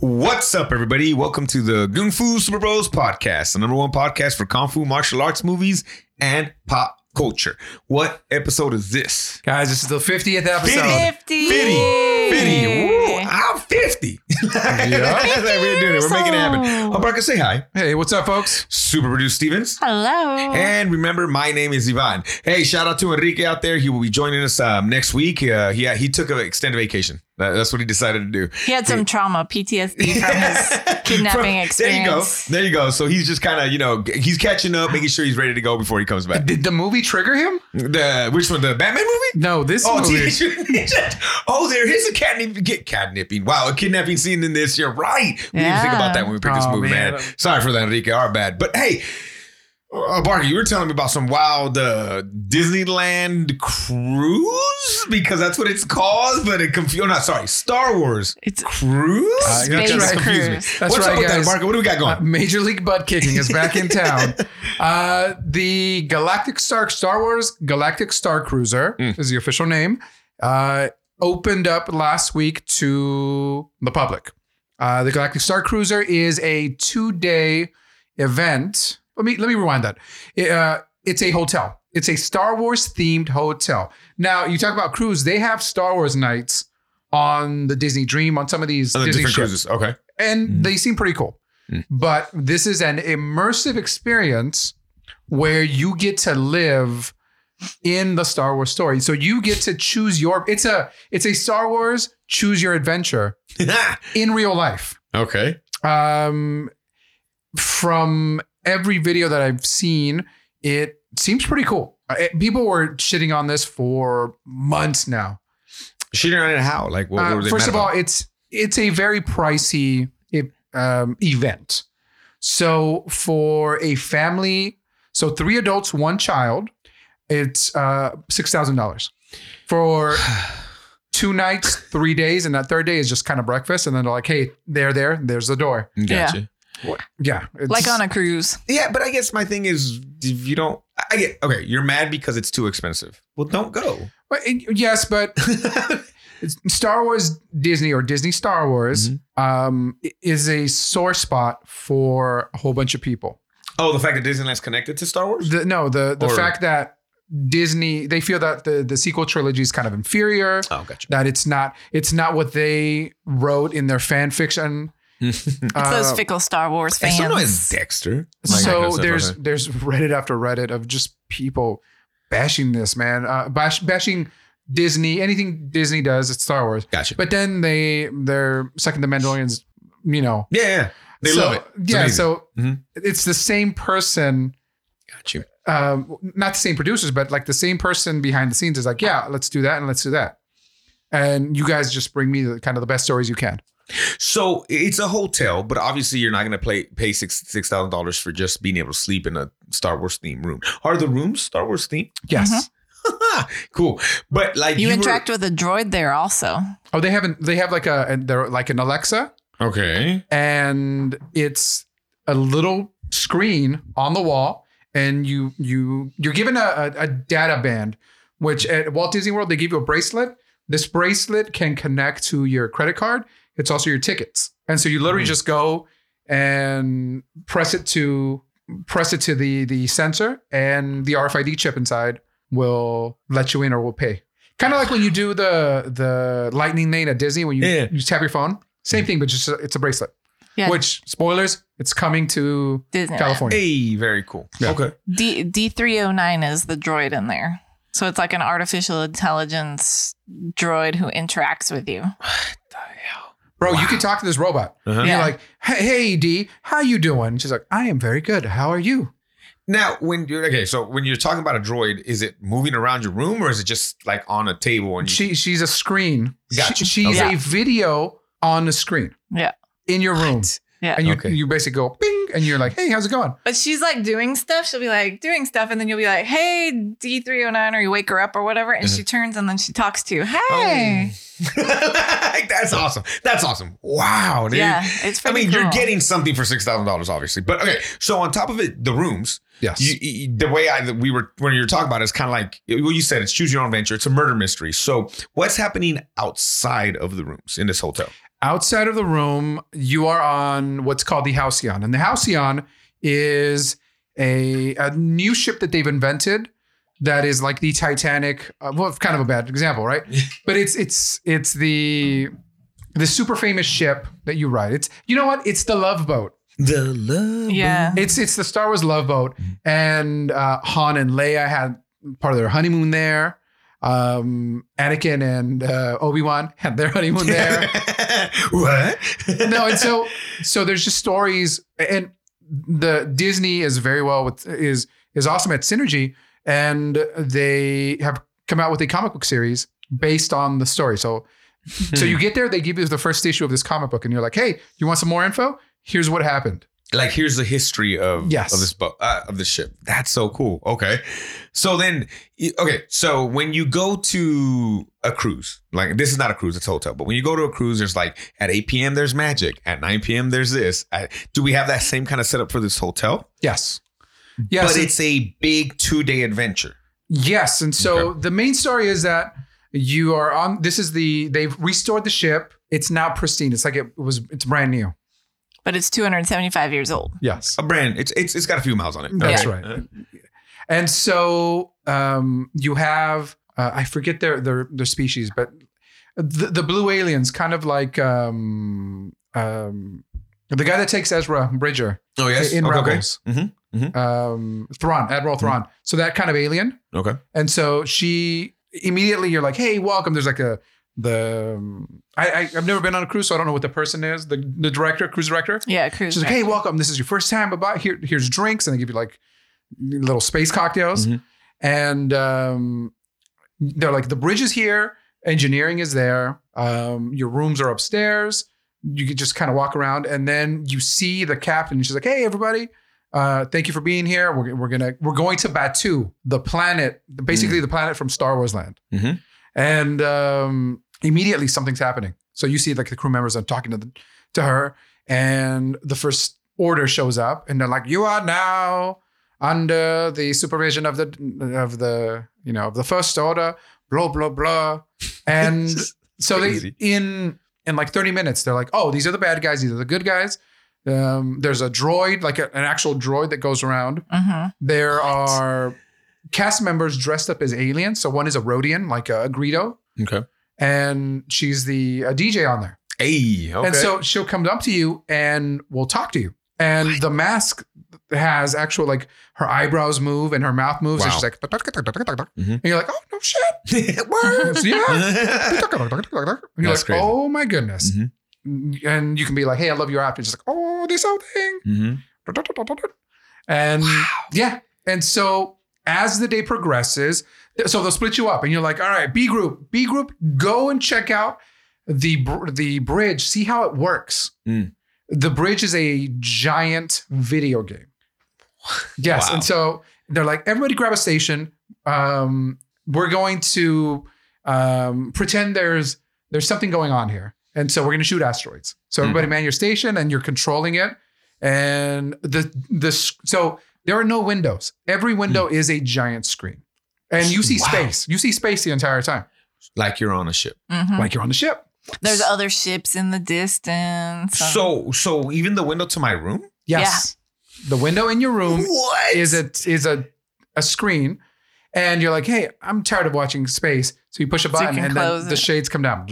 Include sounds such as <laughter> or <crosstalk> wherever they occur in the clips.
What's up, everybody? Welcome to the Kung Fu Super Bros podcast, the number one podcast for Kung Fu martial arts movies and pop culture. What episode is this? Guys, this is the 50th episode. 50. 50. 50. Woo, I'm <laughs> 50. That's how we're doing it. We're making it happen. I'm Barker, say hi. Hey, what's up, folks? Super producer Stevens. Hello. And remember, my name is Ivan. Hey, shout out to Enrique out there. He will be joining us um, next week. Uh, he, he took an extended vacation. That- that's what he decided to do. he had some trauma, PTSD from his <laughs> From- <laughs> kidnapping experience. There you go. There you go. So he's just kind of, you know, g- he's catching up, making sure he's ready to go before he comes back. Did the movie trigger him? The which one? The Batman movie? No, this Oh, movie. Teenage <laughs> Mutant Ninja- oh, there is a catnip, get catnipping. Wow, a kidnapping scene in this. You're right. We didn't even think Yeah. about that when we picked this Oh, movie, man. man. Sorry for that, Enrique. Our bad. But hey, uh, Barker, you were telling me about some wild uh, Disneyland cruise because that's what it's called. But it confused. Oh, not sorry, Star Wars It's cruise. Uh, That Space just confused me. cruise. That's What's right, up with that, guys. Barker? What do we got going? Uh, Major League Butt Kicking is back <laughs> in town. uh, the Galactic Star Star Wars Galactic Star Cruiser Mm. is the official name. Uh, opened up last week to the public. Uh, the Galactic Star Cruiser is a two-day event. Let me let me rewind that. It, uh, it's a hotel. It's a Star Wars themed hotel. Now you talk about cruise. They have Star Wars nights on the Disney Dream on some of these Oh, the Disney different cruises. ships Okay. <laughs> and Mm. they seem pretty cool. Mm. But this is an immersive experience where you get to live in the Star Wars story. So you get to choose your it's a it's a Star Wars choose your adventure in real life okay. um, from every video that I've seen, it seems pretty cool. Uh, it- people were shitting on this for months now. She didn't run it how? Like, what, what Uh, were they first mad of all, about? it's it's a very pricey e- um, event. So for a family, so three adults, one child, it's uh, six thousand dollars <sighs> for two nights, three days, and that third day is just kind of breakfast, and then they're like, "Hey, there, there, there's the door." gotcha. Yeah. Yeah, it's, Like on a cruise. Yeah. but I guess my thing is, if you don't, I get okay. You're mad because it's too expensive. Well, don't go. But it- yes, but it's- <laughs> Star Wars Disney or Disney Star Wars Mm-hmm. um, i- is a sore spot for a whole bunch of people. oh, the fact that Disneyland's connected to Star Wars. The, no, the the Or- fact that Disney they feel that the the sequel trilogy is kind of inferior. oh, <laughs> gotcha. That it's not it's not what they wrote in their fan fiction. Hmm. It's those Uh, fickle Star Wars And so is fans. Dexter. so there's there's Reddit after Reddit of just people bashing this man, uh, bash, bashing Disney. Anything Disney does, it's Star Wars. gotcha. But then they their second the Mandalorians, you know. yeah, yeah, they So- love it. It's yeah, amazing. so Mhm. it's the same person, got you. um, not the same producers, but like the same person behind the scenes is like, yeah, let's do that and let's do that. And you guys just bring me the kind of the best stories you can. So it's a hotel, but obviously you're not going to play pay six six thousand dollars for just being able to sleep in a Star Wars themed room. Are the rooms Star Wars themed? <laughs> Yes. Mhm. cool, but like You, were- interact with a droid there also. Oh, they haven't. They have like a and they're like an Alexa, okay. and it's a little screen on the wall, and you you you're given a, a, a data band, which at Walt Disney World they give you a bracelet. This bracelet can connect to your credit card. It's also your tickets, and so you literally Mhm. just go and press it to press it to the the sensor, and the RFID chip inside will let you in or will pay. Kind of like when you do the the Lightning Lane at Disney when you Yeah. you tap your phone. Same thing, but just a, it's a bracelet. Yeah. Which spoilers? It's coming to Disneyland. California. Hey, very cool. Yeah. Okay. D D three oh nine is the droid in there. So it's like an artificial intelligence droid who interacts with you. Bro, Wow. you can talk to this robot. Uh-huh. And Yeah. You're like, hey, hey, D, how you doing? She's like, I am very good. How are you? Now, when you're okay, so when you're talking about a droid, is it moving around your room or is it just like on a table and you, <laughs> She she's a screen. Gotcha. She- she's Okay. a video on the screen. Yeah. In your room. Yeah. And you Okay. you basically go ping and you're like, hey, how's it going? But she's like doing stuff. She'll be like doing stuff, and then you'll be like, "Hey, D three hundred nine, or you wake her up or whatever." And she turns, and then she talks to you. Hey, that's awesome. That's awesome. Wow, dude. yeah, it's. I Pretty mean, you're cool. getting something for six thousand dollars, obviously. But okay, so on top of it, the rooms. Yes. You, you- the way I that we were when you were talking about it, it's kind of like well, you said it's choose your own adventure. It's a murder mystery. So what's happening outside of the rooms in this hotel? Outside of the room, you are on what's called the Halcyon. And the Halcyon is a, a new ship that they've invented that is like the Titanic. Uh, well, it's kind of a bad example, right? but it's it's it's the the super famous ship that you ride. It's you know what? It's the Love Boat. The love. Yeah. It's it's the Star Wars Love Boat, and uh, Han and Leia had part of their honeymoon there. Um, Anakin and uh, Obi Wan had their <laughs> honeymoon <laughs> there. what? no, <laughs> and so so there's just stories, and the Disney is very well with is is awesome at synergy, and they have come out with a comic book series based on the story. So Hmm. so you get there, they give you the first issue of this comic book, and you're like, hey, you want some more info? Here's what happened. like here's the history of Yes. of this boat uh, of the ship. That's so cool. Okay, so then y- okay, so when you go to a cruise, like this is not a cruise, it's a hotel, but when you go to a cruise, there's like at 8 p.m. there's magic, at 9 p.m. there's this. At, do we have that same kind of setup for this hotel? Yes. Yes. but it's a big two day adventure. Yes, and so Okay. the main story is that you are on. This is the they've restored the ship. It's now pristine. It's like it was. It's brand new. But it's 275 years old. Yes, A brand, it's it's it's got a few miles on it. that's Okay. right. And so um, you have uh, I forget their their their species, but the, the blue aliens, kind of like um, um, the guy that takes Ezra Bridger Oh yes, in okay, Mm-hmm. okay. Rebels, Mhm, mhm. Um, Thrawn, Admiral Thrawn. So that kind of alien. okay. And so she immediately, you're like, "Hey, welcome." There's like a the um, I, I I've never been on a cruise, so I don't know what the person is. The the director, cruise director. Yeah, cruise. She's like, "Hey, welcome. This is your first time. About here, here's drinks, and they give you like little space cocktails." Mhm. And um, they're like, "The bridge is here. Engineering is there. Um, your rooms are upstairs. You could just kind of walk around, and then you see the captain. She's like, "Hey, everybody." Uh, thank you for being here. We're, we're gonna we're going to Batu, the planet, basically the planet from Star Wars Land. Mhm. And um, immediately something's happening. So you see like the crew members are talking to the, to her, and the first order shows up, and they're like, "You are now under the supervision of the of the you know of the first order." Blah blah blah, and so they crazy. in in like thirty minutes they're like, "Oh, these are the bad guys. These are the good guys." Um, there's a droid, like a- an actual droid that goes around. Mhm. There are cast members dressed up as aliens. So one is a Rhodian, like a, a Greedo, <laughs> okay. and she's the a DJ on there. Hey, okay. And <laughs> <laughs> so she'll come up to you and will talk to you. And the mask has actual like her eyebrows move and her mouth moves, and Wow. she's like, "Tuck, tuck, tuck, tuck, tuck, tuck, tuck." Mhm. and you're like, oh no shit. Word. <laughs> So, yeah. yeah. Tuck, tuck, tuck, tuck, tuck, tuck. Mm-hmm. And you're That's like, crazy. oh my goodness. Mhm. And you can be like, hey, I love your outfit. She's like, oh, this whole thing. Mhm. And yeah. And so as the day progresses, th- so they'll split you up and you're like, all right, B group, B group, go and check out the br- the bridge, see how it works. Mm. The bridge is a giant video game. Yes. Wow. And so they're like, everybody grab a station. Um, we're going to um, pretend there's there's something going on here. And so we're going to shoot asteroids. So Hmm. everybody man your station and you're controlling it. And the the s- so there are no windows. Every window Hmm. is a giant screen. And you see Wow. space. You see space the entire time. Like you're on a ship. Mhm. Like you're on the ship. There's other ships in the distance. Um, So so even the window to my room? Yes. The window in your Um, room What? is a is a a screen and you're like, "Hey, I'm tired of watching space." So you push a So you button can and then close the it. shades come down.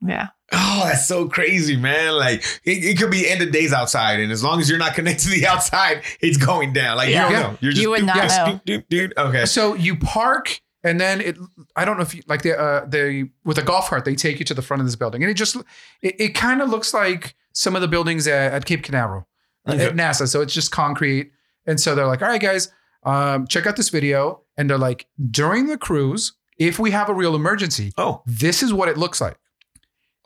yeah. Oh, that's so crazy, man. Like it, it could be end of days outside, and as long as you're not <laughs> connected to the outside, it's going down. Like Yeah. you Yeah. don't know. You're just You would not yes, know. doot, doot, doot. Okay. So you park, and then it. I don't know if you like the uh, the with a golf cart they take you to the front of this building, and it just it, it kind of looks like some of the buildings at, at Cape Canaveral uh, Okay. at NASA. So it's just concrete, and so they're like, all right, guys, um, check out this video, and they're like, during the cruise, if we have a real emergency, Oh. this is what it looks like.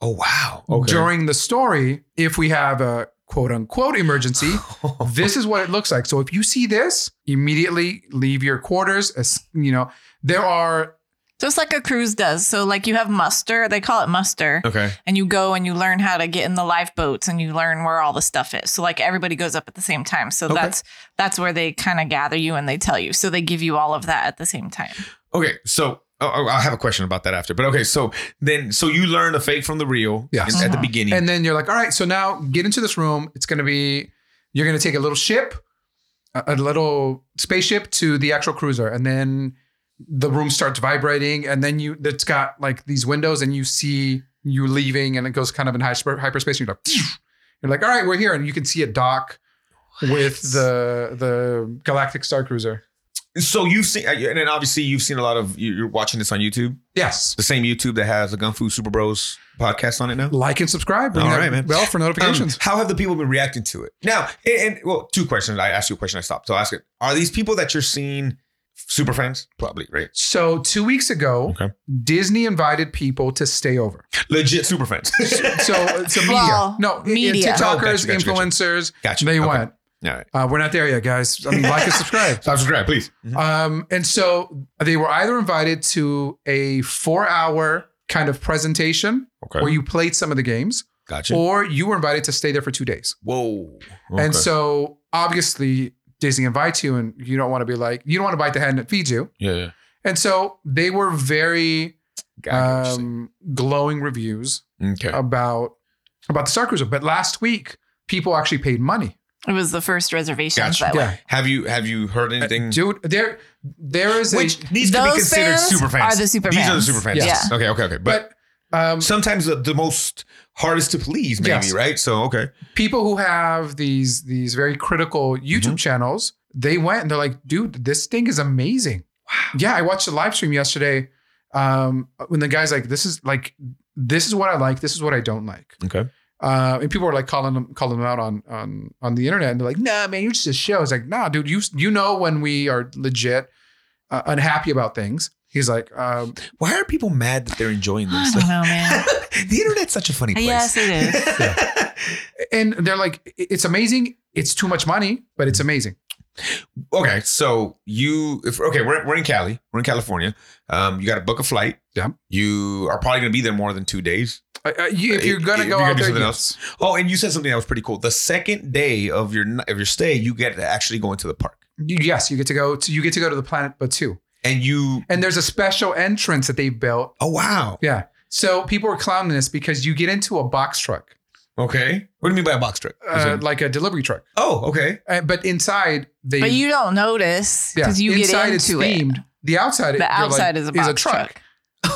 Oh wow. Okay. During the story, if we have a quote unquote emergency, <laughs> During this is what it looks like. So if you see this, immediately leave your quarters. As, you know, there are Just like a cruise does. So, like, you have muster, they call it muster, okay. and you go and you learn how to get in the lifeboats and you learn where all the stuff is. So, like, everybody goes up at the same time. So, Okay. that's that's where they kind of gather you and they tell you. So, they give you all of that at the same time. Okay. So Oh, oh, I'll have a question about that after. But okay, so then, so you learn the fake from the real Yes. in- at the Mhm. beginning. And then you're like, all right, so now get into this room. It's going to be, you're going to take a little ship, a, a little spaceship to the actual cruiser. And then the room starts vibrating. And then you, it's got like these windows and you see you leaving and it goes kind of in hyper, hyperspace. And you're like, "Phew." you're like, all right, we're here. And you can see a dock with the, the galactic star cruiser. so you've seen, uh, and then obviously you've seen a lot of, you- you're watching this on YouTube, Yes. the same YouTube that has the Gunfu Super Bros podcast on it now. Like and subscribe. Ring All that right, man. Bell for Um, notifications. how have the people been reacting to it now? And, and well, two questions. I asked you a question. I stopped. So I'll ask it. Are these people that you're seeing super fans? Probably, right? so two weeks ago, Okay. Disney invited people to stay over. Legit super fans. so <laughs> so media. Well, no, i- media. TikTokers, Oh, gotcha, gotcha, influencers, gotcha. they Okay. went. All right. Uh, we're not there yet, guys. I mean, like and <laughs> subscribe. Stop subscribe, please. Um, and so they were either invited to a four-hour kind of presentation Okay. where you played some of the games, Gotcha. or you were invited to stay there for two days. Whoa. And so obviously Disney invites you, and you don't want to be like you don't want to bite the hand that feeds you. yeah, yeah. And so they were very Gotcha. um, glowing reviews okay. Oh. about about the Star Cruiser. But last week, people actually paid money. It was the first reservation Gotcha. that way. have you have you heard anything? Dude, there there is Which a these could be Those considered fans super fans. are the super these are the fans. super fans. Yes. Okay, okay, okay. But, but um, sometimes the, the most hardest to please, maybe, Yes. right? So okay. people who have these these very critical YouTube Mm-hmm. channels, they went and they're like, dude, this thing is amazing. Wow. Yeah, I watched a live stream yesterday um, when the guy's like, this is like this is what I like, this is what I don't like. Okay. Uh, and people were like calling them calling them out on on on the internet, and they're like, "Nah, man, you're just a show." It's like, "Nah, dude, you you know when we are legit uh, unhappy about things." He's like, um, Why are people mad that they're enjoying I <sighs> this? <laughs> don't know, man. the internet's such a funny place. yes, it is. and they're like, "I- "It's amazing. It's too much money, but it's amazing." <laughs> okay, so you if okay, we're, we're in Cali, we're in California. Um, you got to book a flight. Yeah. You are probably going to be there more than two days. Uh, uh, you, if you're gonna If you're go gonna out do there, something yes. Oh, and you said something that was pretty cool. The second day of your n- of your stay, you get to actually go into the park, You- yes, you get to go to you get to go to the planet, but two. and you. And there's a special entrance that they built. Oh wow. Yeah, so people are clowning this because you get into a box truck, Okay. What do you mean by a box truck? As uh, in- like a delivery truck, oh, okay. <laughs> uh, but inside they But you don't notice Yeah. because you Inside get it's into it. themed. The outside, The you're like, outside is a box truck.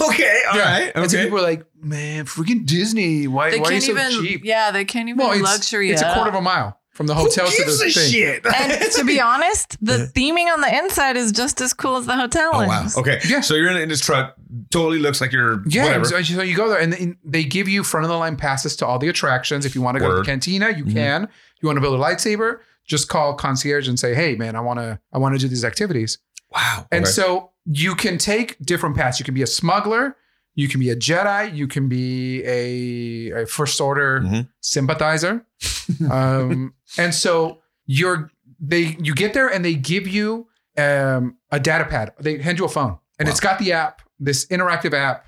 Okay. All Yeah. right. And so Okay. people are like, man, freaking Disney. Why, They why are you can't so even. cheap? Yeah, they can't even Well, it's- luxury. It's a it quarter of up. a mile from the hotel Who to the gives a thing. shit? <laughs> <laughs> And <laughs> to be honest, the theming on the inside is just as cool as the hotel. Oh is. wow. Okay. Yeah. So you're in, in this truck. Totally looks like you're Yeah, whatever. so, so you go there and and they give you front of the line passes to all the attractions. If you want to go to the Word. cantina, you Mhm. can. You want to build a lightsaber, just call concierge and say, "Hey, man, I want to I want to do these activities." Wow. And Okay. so you can take different paths. You can be a smuggler, you can be a Jedi, you can be a, a First Order Mhm. <laughs> sympathizer. um, and so you're they you get there and they give you um, a data pad. They hand you a phone, and Wow. it's got the app, this interactive app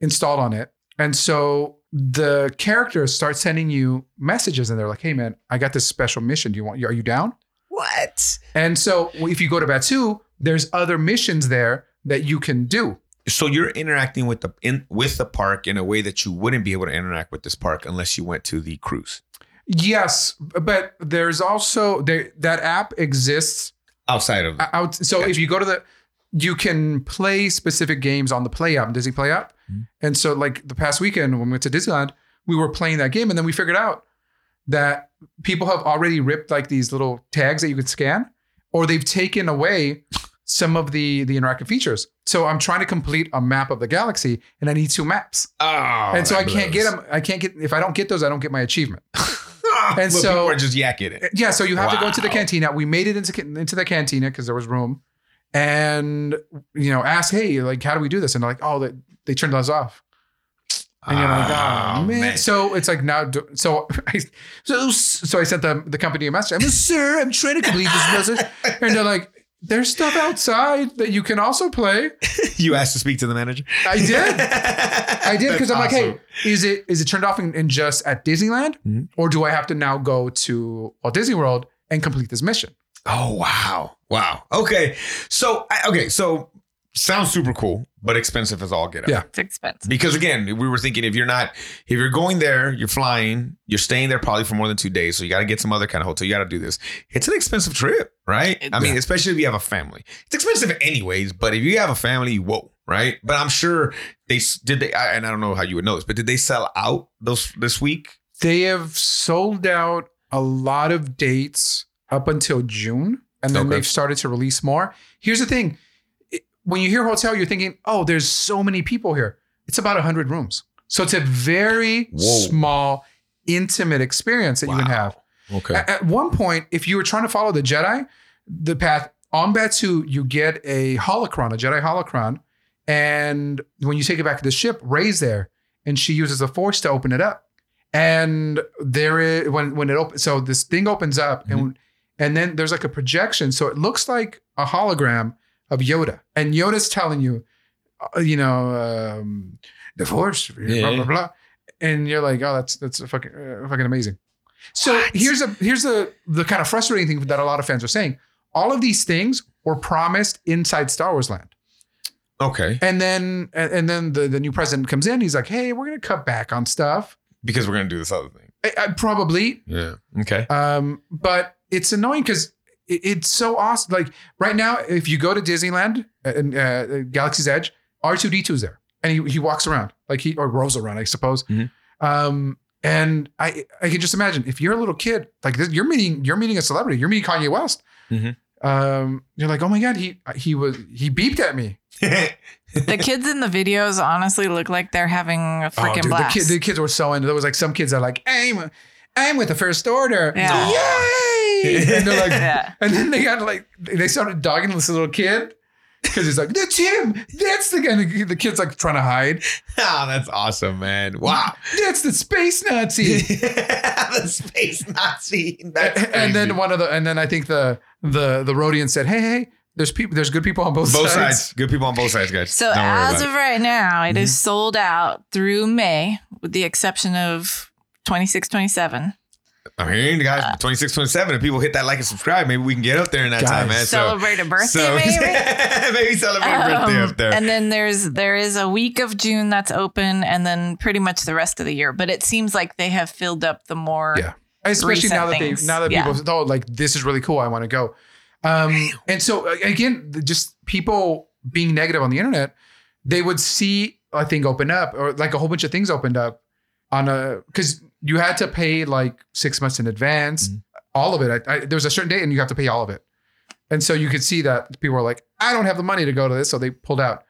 installed on it. And so the characters start sending you messages, and they're like, "Hey, man, I got this special mission. Do you want? Are you down?" what? And so if you go to Batu, there's other missions there that you can do. So you're interacting with the in with the park in a way that you wouldn't be able to interact with this park unless you went to the cruise Yes, but there's also there that app exists outside of. out. So if you go to the, you can play specific games on the Play app, Disney Play app. Mhm. And so like the past weekend when we went to Disneyland, we were playing that game, and then we figured out that people have already ripped like these little tags that you could scan, or they've taken away some of the the interactive features. So I'm trying to complete a map of the galaxy, and I need two maps. oh, Ah. and so that I can't blows. <laughs> get them. I can't get if I don't get those, I don't get my achievement. Ah, And but so- people are just yakking it. Yeah, so you have to go to the Wow. cantina. We made it into ca- into the cantina because there was room, and you know, ask, hey, like, how do we do this? And they're like, oh, they, they turned us off. And you're like, oh, man. So it's like now, do- so <laughs> I, so so I sent the the company a message. I'm like, sir, I'm trying to complete this message, and they're like. There's stuff outside that you can also play. <laughs> you asked to speak to the manager. <laughs> I did. I did because That's I'm like, awesome. hey, is it is it turned off in, in just at Disneyland, Mhm. or do I have to now go to Walt Disney World and complete this mission? Oh wow, wow. Okay, so I, okay, so sounds super cool, but expensive as all get out. Yeah. It's expensive. Because again, we were thinking if you're not, if you're going there, you're flying, you're staying there probably for more than two days. So you got to get some other kind of hotel. You got to do this. It's an expensive trip, right? I mean, especially if you have a family. It's expensive anyways, but if you have a family, whoa, right? But I'm sure they s- did they, I, and I don't know how you would know this, but did they sell out those this week? They have sold out a lot of dates up until June, and then Okay. they've started to release more. Here's the thing: It- when you hear hotel, you're thinking, "Oh, there's so many people here." It's about hundred rooms, so it's a very Whoa. small, intimate experience that you can Wow. have. Okay. At, at one point, if you were trying to follow the Jedi, the path on Batu, you get a holocron, a Jedi holocron, and when you take it back to the ship, Ray's there, and she uses the Force to open it up. And there is when when it opens, so this thing opens up, and and then there's like a projection, so it looks like a hologram of Yoda, and Yoda's telling you, uh, you know, um, the Force, blah Yeah. blah blah, and you're like, oh, that's that's fucking uh, fucking amazing. So here's a here's the the kind of frustrating thing that a lot of fans are saying. All of these things were promised inside Star Wars land, Okay. and then and and then the, the new president comes in. He's like, "Hey, we're gonna cut back on stuff, Because we're going to do this other thing. I, I, probably." Yeah. Okay. <laughs> Um, but it's annoying because it, it's so awesome. Like right now, if you go to Disneyland and uh, uh, Galaxy's Edge, R two D 2s there, and he he walks around like he or rolls around, I suppose. Mhm. Um, and I I can just imagine if you're a little kid like this, you're meeting you're meeting a celebrity, you're meeting Kanye West. Mhm. Um, you're like, oh my god, he he was he beeped at me. the kids in the videos honestly look like they're having a freaking Oh, dude, blast. The, <laughs> kid, the kids were so into. There was like some kids that are like, "I'm, I'm with the first order, Yeah. yay!" And they're like, yeah. and then they got like, they started dogging this little kid because he's like, "That's him, that's the guy." And The kid's like trying to hide. oh, that's awesome, man. Wow. That's the space <laughs> Nazi. the space Nazi. and, That's and crazy. then one of the, and then I think the the the Rodian said, "Hey, hey, there's people, there's good people on both, both sides. sides. Good people on both sides, guys. So Don't worry as about of right now, it is Mm-hmm. sold out through May, with the exception of 26, 27. it. I'm hearing the Uh, guys 26, 27. If people hit that like and subscribe, maybe we can get up there in that Guys. time, man. So, Celebrate a <laughs> birthday, so <laughs> maybe? maybe celebrate a birthday Um, up there. And then there's there is a week of June that's open, and then pretty much the rest of the year. But it seems like they have filled up the more. Yeah. especially recent now that they things. now that Yeah. people oh like this is really cool I want to go um and so a- again the- just people being negative on the internet they would see a thing open up or like a whole bunch of things opened up on a because you had to pay like six months in advance all of it I, I, there was a certain date and you have to pay all of it and so you could see that people were like I don't have the money to go to this so they pulled out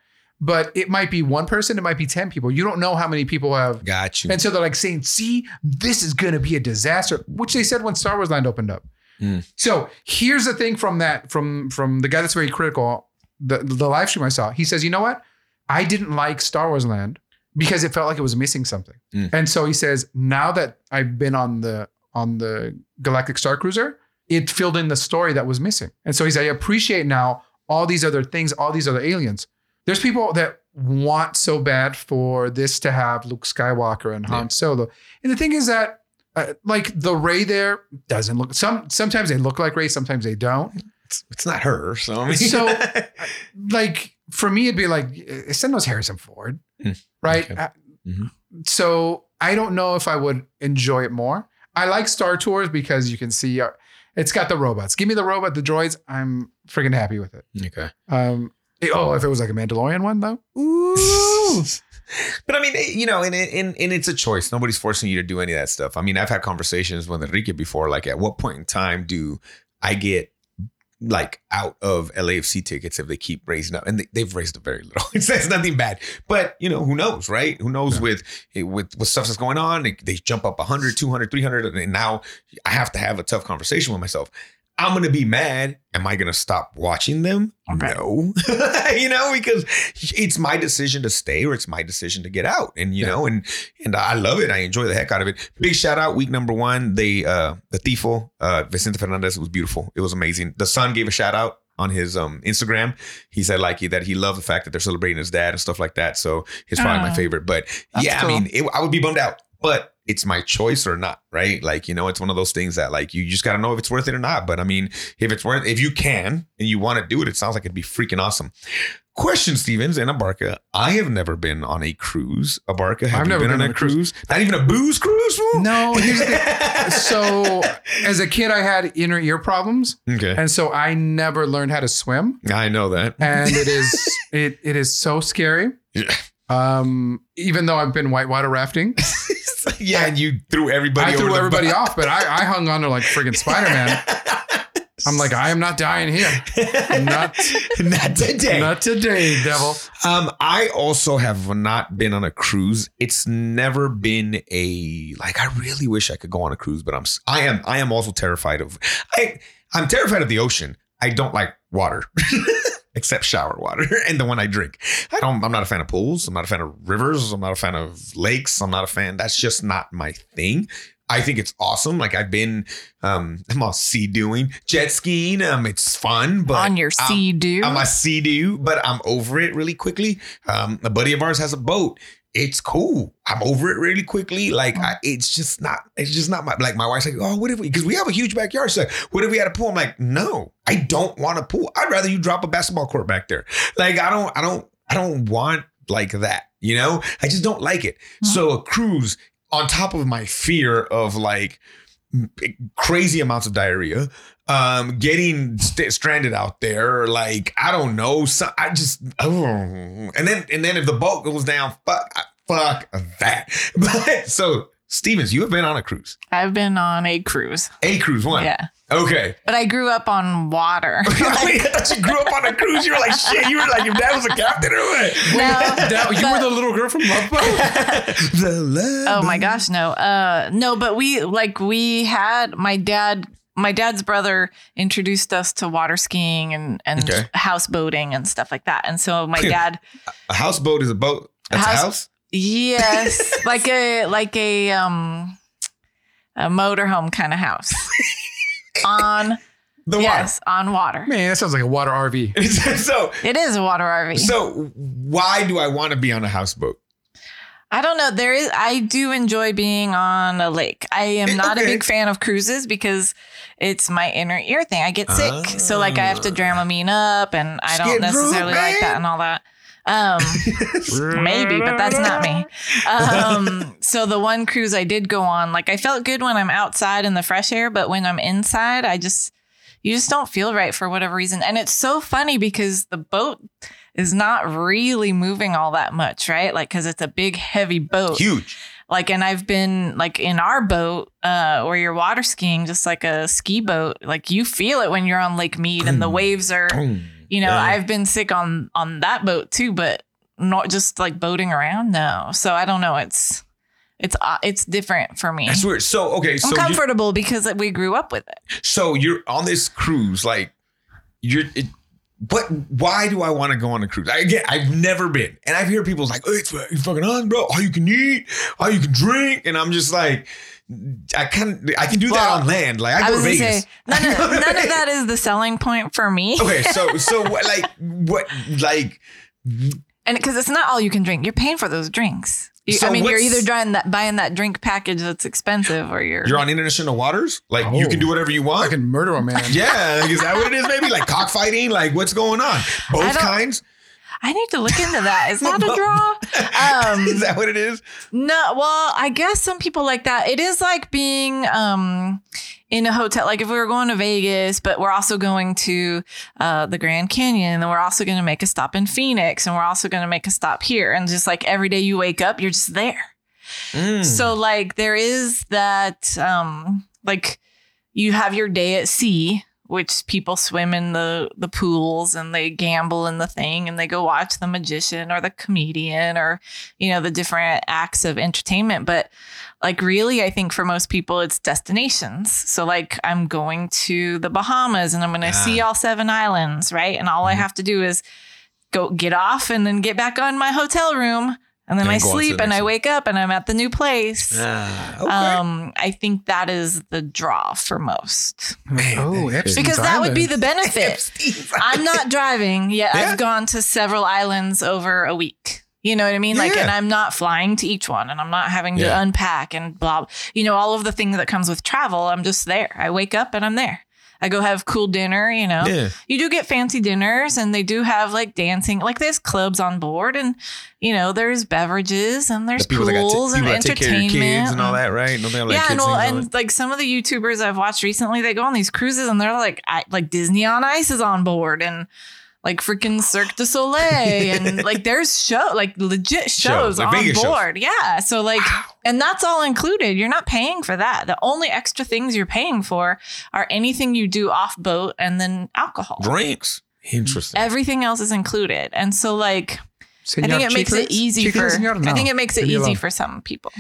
but it might be one person it might be 10 people you don't know how many people have Got you. and so they're like saying, see, this is going to be a disaster, which they said when Star Wars Land opened up. Mm. So here's the thing from that, from from the guy that's very critical, the, the live stream I saw. He says, you know what? I didn't like Star Wars Land because it felt like it was missing something. Mm. And so he says, now that I've been on the on the Galactic Star Cruiser, it filled in the story that was missing. And so he's I appreciate now all these other things, all these other aliens. There's people that want so bad for this to have Luke Skywalker and Han Solo. And the thing is that uh, like the Ray there doesn't look some sometimes they look like Ray, sometimes they don't. It's, it's not her. So, I mean, So- Like for me it'd be like eh, send those Harrison Ford, Hmm. right? Okay. Uh, Mhm. So I don't know if I would enjoy it more. I like Star Tours because you can see uh, it's got the robots. Give me the robot, the droids. I'm freaking happy with it. <laughs> okay. Um, eh, oh, if it was like a Mandalorian one though, Ooh. <laughs> But I mean, it- you know, and, it- and and it's a choice. Nobody's forcing you to do any of that stuff. I mean, I've had conversations with Enrique before, like at what point in time do I get like out of LAFC tickets if they keep raising up? And they, they've raised up very little. <laughs> it's, it's nothing bad. But you know, who knows, right? Who knows with with with stuff that's going on? They, they jump up 100, 200, 300, and now I have to have a tough conversation with myself. I'm gonna be mad. Am I gonna stop watching them? Okay. No, <laughs> you know, because it's my decision to stay or it's my decision to get out, and you Yeah. know, and and I love it. I enjoy the heck out of it. Big shout out week number one. They uh the Tifo, uh Vicente Fernandez was beautiful. It was amazing. The son gave a shout out on his um Instagram. He said like he- that he loved the fact that they're celebrating his dad and stuff like that. So he's probably my Oh. favorite. But That's yeah, I cool. mean, it, I would be bummed out. but it's my choice or not, right? Like, you know, it's one of those things that like you just gotta know if it's worth it or not. But I mean, if it's worth if you can and you want to do it, it sounds like it'd be freaking awesome. Question, Stevens and Abarca. I have never been on a cruise. Abarca, have I've you never been, on a cruise? Not even a booze cruise? fool? No, here's <laughs> the thing. So as a kid, I had inner ear problems, okay. and so I never learned how to swim. I know <laughs> that. And it is it it is so scary. Yeah. Um, even though I've been whitewater rafting, yeah, and you threw everybody I over threw the everybody off, but I, I hung on to like friggin' Spider Man. <laughs> I'm like, I am not dying here. Not not today. not today, devil. Um, I also have not been on a cruise. It's never been a like. I really wish I could go on a cruise, but I'm s- I am I am also terrified of I I'm terrified of the ocean. I don't like water. <laughs> Except shower water <laughs> and the one I drink. I don't. I'm not a fan of pools. I'm not a fan of rivers. I'm not a fan of lakes. I'm not a fan. That's just not my thing. I think it's awesome. Like I've been, um, I'm all sea doing, jet skiing. Um, it's fun, but on your I'm- sea do. I'm a sea dude, but I'm over it really quickly. Um, a buddy of ours has a boat. It's cool. I'm over it really quickly. Like I, it's just not. It's just not my like. My wife's like, oh, what if we? Because we have a huge backyard. So what if we had a pool? I'm like, no, I don't want a pool. I'd rather you drop a basketball court back there. Like I don't. I don't. I don't want like that. You know. I just don't like it. So a cruise on top of my fear of like crazy amounts of diarrhea um getting st- stranded out there or like i don't know so i just oh. and then and then if the boat goes down fuck I- fuck that <laughs> but so stevens you have been on a cruise I've been on a cruise. a cruise one Yeah. okay <laughs> But I grew up on water. <laughs> I thought you grew up on a cruise. You were like, shit, you were like, your dad was a captain or what? no. That, you were the little girl from Love Boat. <laughs> the love Oh my of- gosh, no. Uh no, but we like we had my dad my dad's brother introduced us to water skiing and and Okay. house boating and stuff like that. And <laughs> so my dad A houseboat is a boat. That's House- a house? <laughs> yes, like a like a um a motorhome kind <laughs> of house. on The yes, on water. Man, that sounds like a water RV. water. <laughs> so, It is a water RV. so why do I want to be on a houseboat? I don't know. There is I do enjoy being on a lake. I Eh, am not okay. a big fan of cruises because it's my inner ear thing. I get sick. So like I have to Ah. Dramamine up and I Skid don't row, necessarily like man. that and all that. Um maybe, but that's not me. Um so the one cruise I did go on, like I felt good when I'm outside in the fresh air, but when I'm inside, I just you just don't feel right for whatever reason. And it's so funny because the boat is not really moving all that much, right? Like, cause it's a big, heavy boat Huge. like and i've been like in our boat uh where you're water skiing just like a ski boat like you feel it when you're on lake mead and the waves are you know Yeah. i've been sick on on that boat too but not just like boating around no so i don't know it's it's uh, it's different for me That's weird. So okay, so i'm you- comfortable because we grew up with it so you're on this cruise, like you're. It, what? Why do I want to go on a cruise? I, again, I've never been, and I've heard people's like, "Oh, "It's fu- it's fucking on, bro. All you can eat, all you can drink," and I'm just like, I can I can do Well, that on land. Like I, i go was to gonna Vegas. say none of, <laughs> none of that is the selling point for me <laughs> okay, so so what? Like what? Like and because it's not all you can drink you're paying for those drinks you, So i mean you're what's- either buying that buying that drink package that's expensive or you're on international waters. Like you can do whatever you I want. can murder a man. yeah, like, is that what it is? Maybe like cockfighting. Like what's going on? Both don't- kinds. <laughs> I need to look into that. Is that a draw? is Um, that what it is? no, well, I guess some people like that. It is like being um, in a hotel. Like if we were going to Vegas, but we're also going to uh, the Grand Canyon, and then we're also going to make a stop in Phoenix, and we're also going to make a stop here. And just like every day you wake up, you're just there. Mm. So like there is that um like you have your day at sea, which people swim in the the pools and they gamble in the thing and they go watch the magician or the comedian or you know the different acts of entertainment, but like really I think for most people it's destinations. So like I'm going to the Bahamas and I'm going to Yeah. see all seven islands, right? And all I Mhm. have to do is go get off and then get back on my hotel room and then And I go on to the sleep and next I one. wake up and I'm at the new place. Ah, okay. Um, I think that is the draw for most Man, Oh, that is- Epstein's because that would be the <laughs> benefit. Epstein's I'm not driving yet. Yeah. I've gone to several islands over a week. You know what I mean? Like, Yeah. and I'm not flying to each one and I'm not having Yeah. to unpack and blah, you know, all of the things that comes with travel. I'm just there. I wake up and I'm there. I go have cool dinner, you know. Yeah. You do get fancy dinners and they do have like dancing, like there's clubs on board and, you know, there's beverages and there's The people that got ta- pools people and that take care of your entertainment. kids and all and- that, right? Don't they have like yeah, kids and well, things on and like some of the YouTubers I've watched recently, they go on these cruises and they're like, I, like Disney on Ice is on board and like freaking Cirque du Soleil <laughs> and like there's show like legit shows, Shows, like on Vegas shows. board. Yeah, so like, and that's all included. You're not paying for that. The only extra things you're paying for are anything you do off boat and then alcohol. it? Drinks. Interesting. Everything else is included, and so like I think it makes it easy for I think it makes it Leave me alone. easy for some people.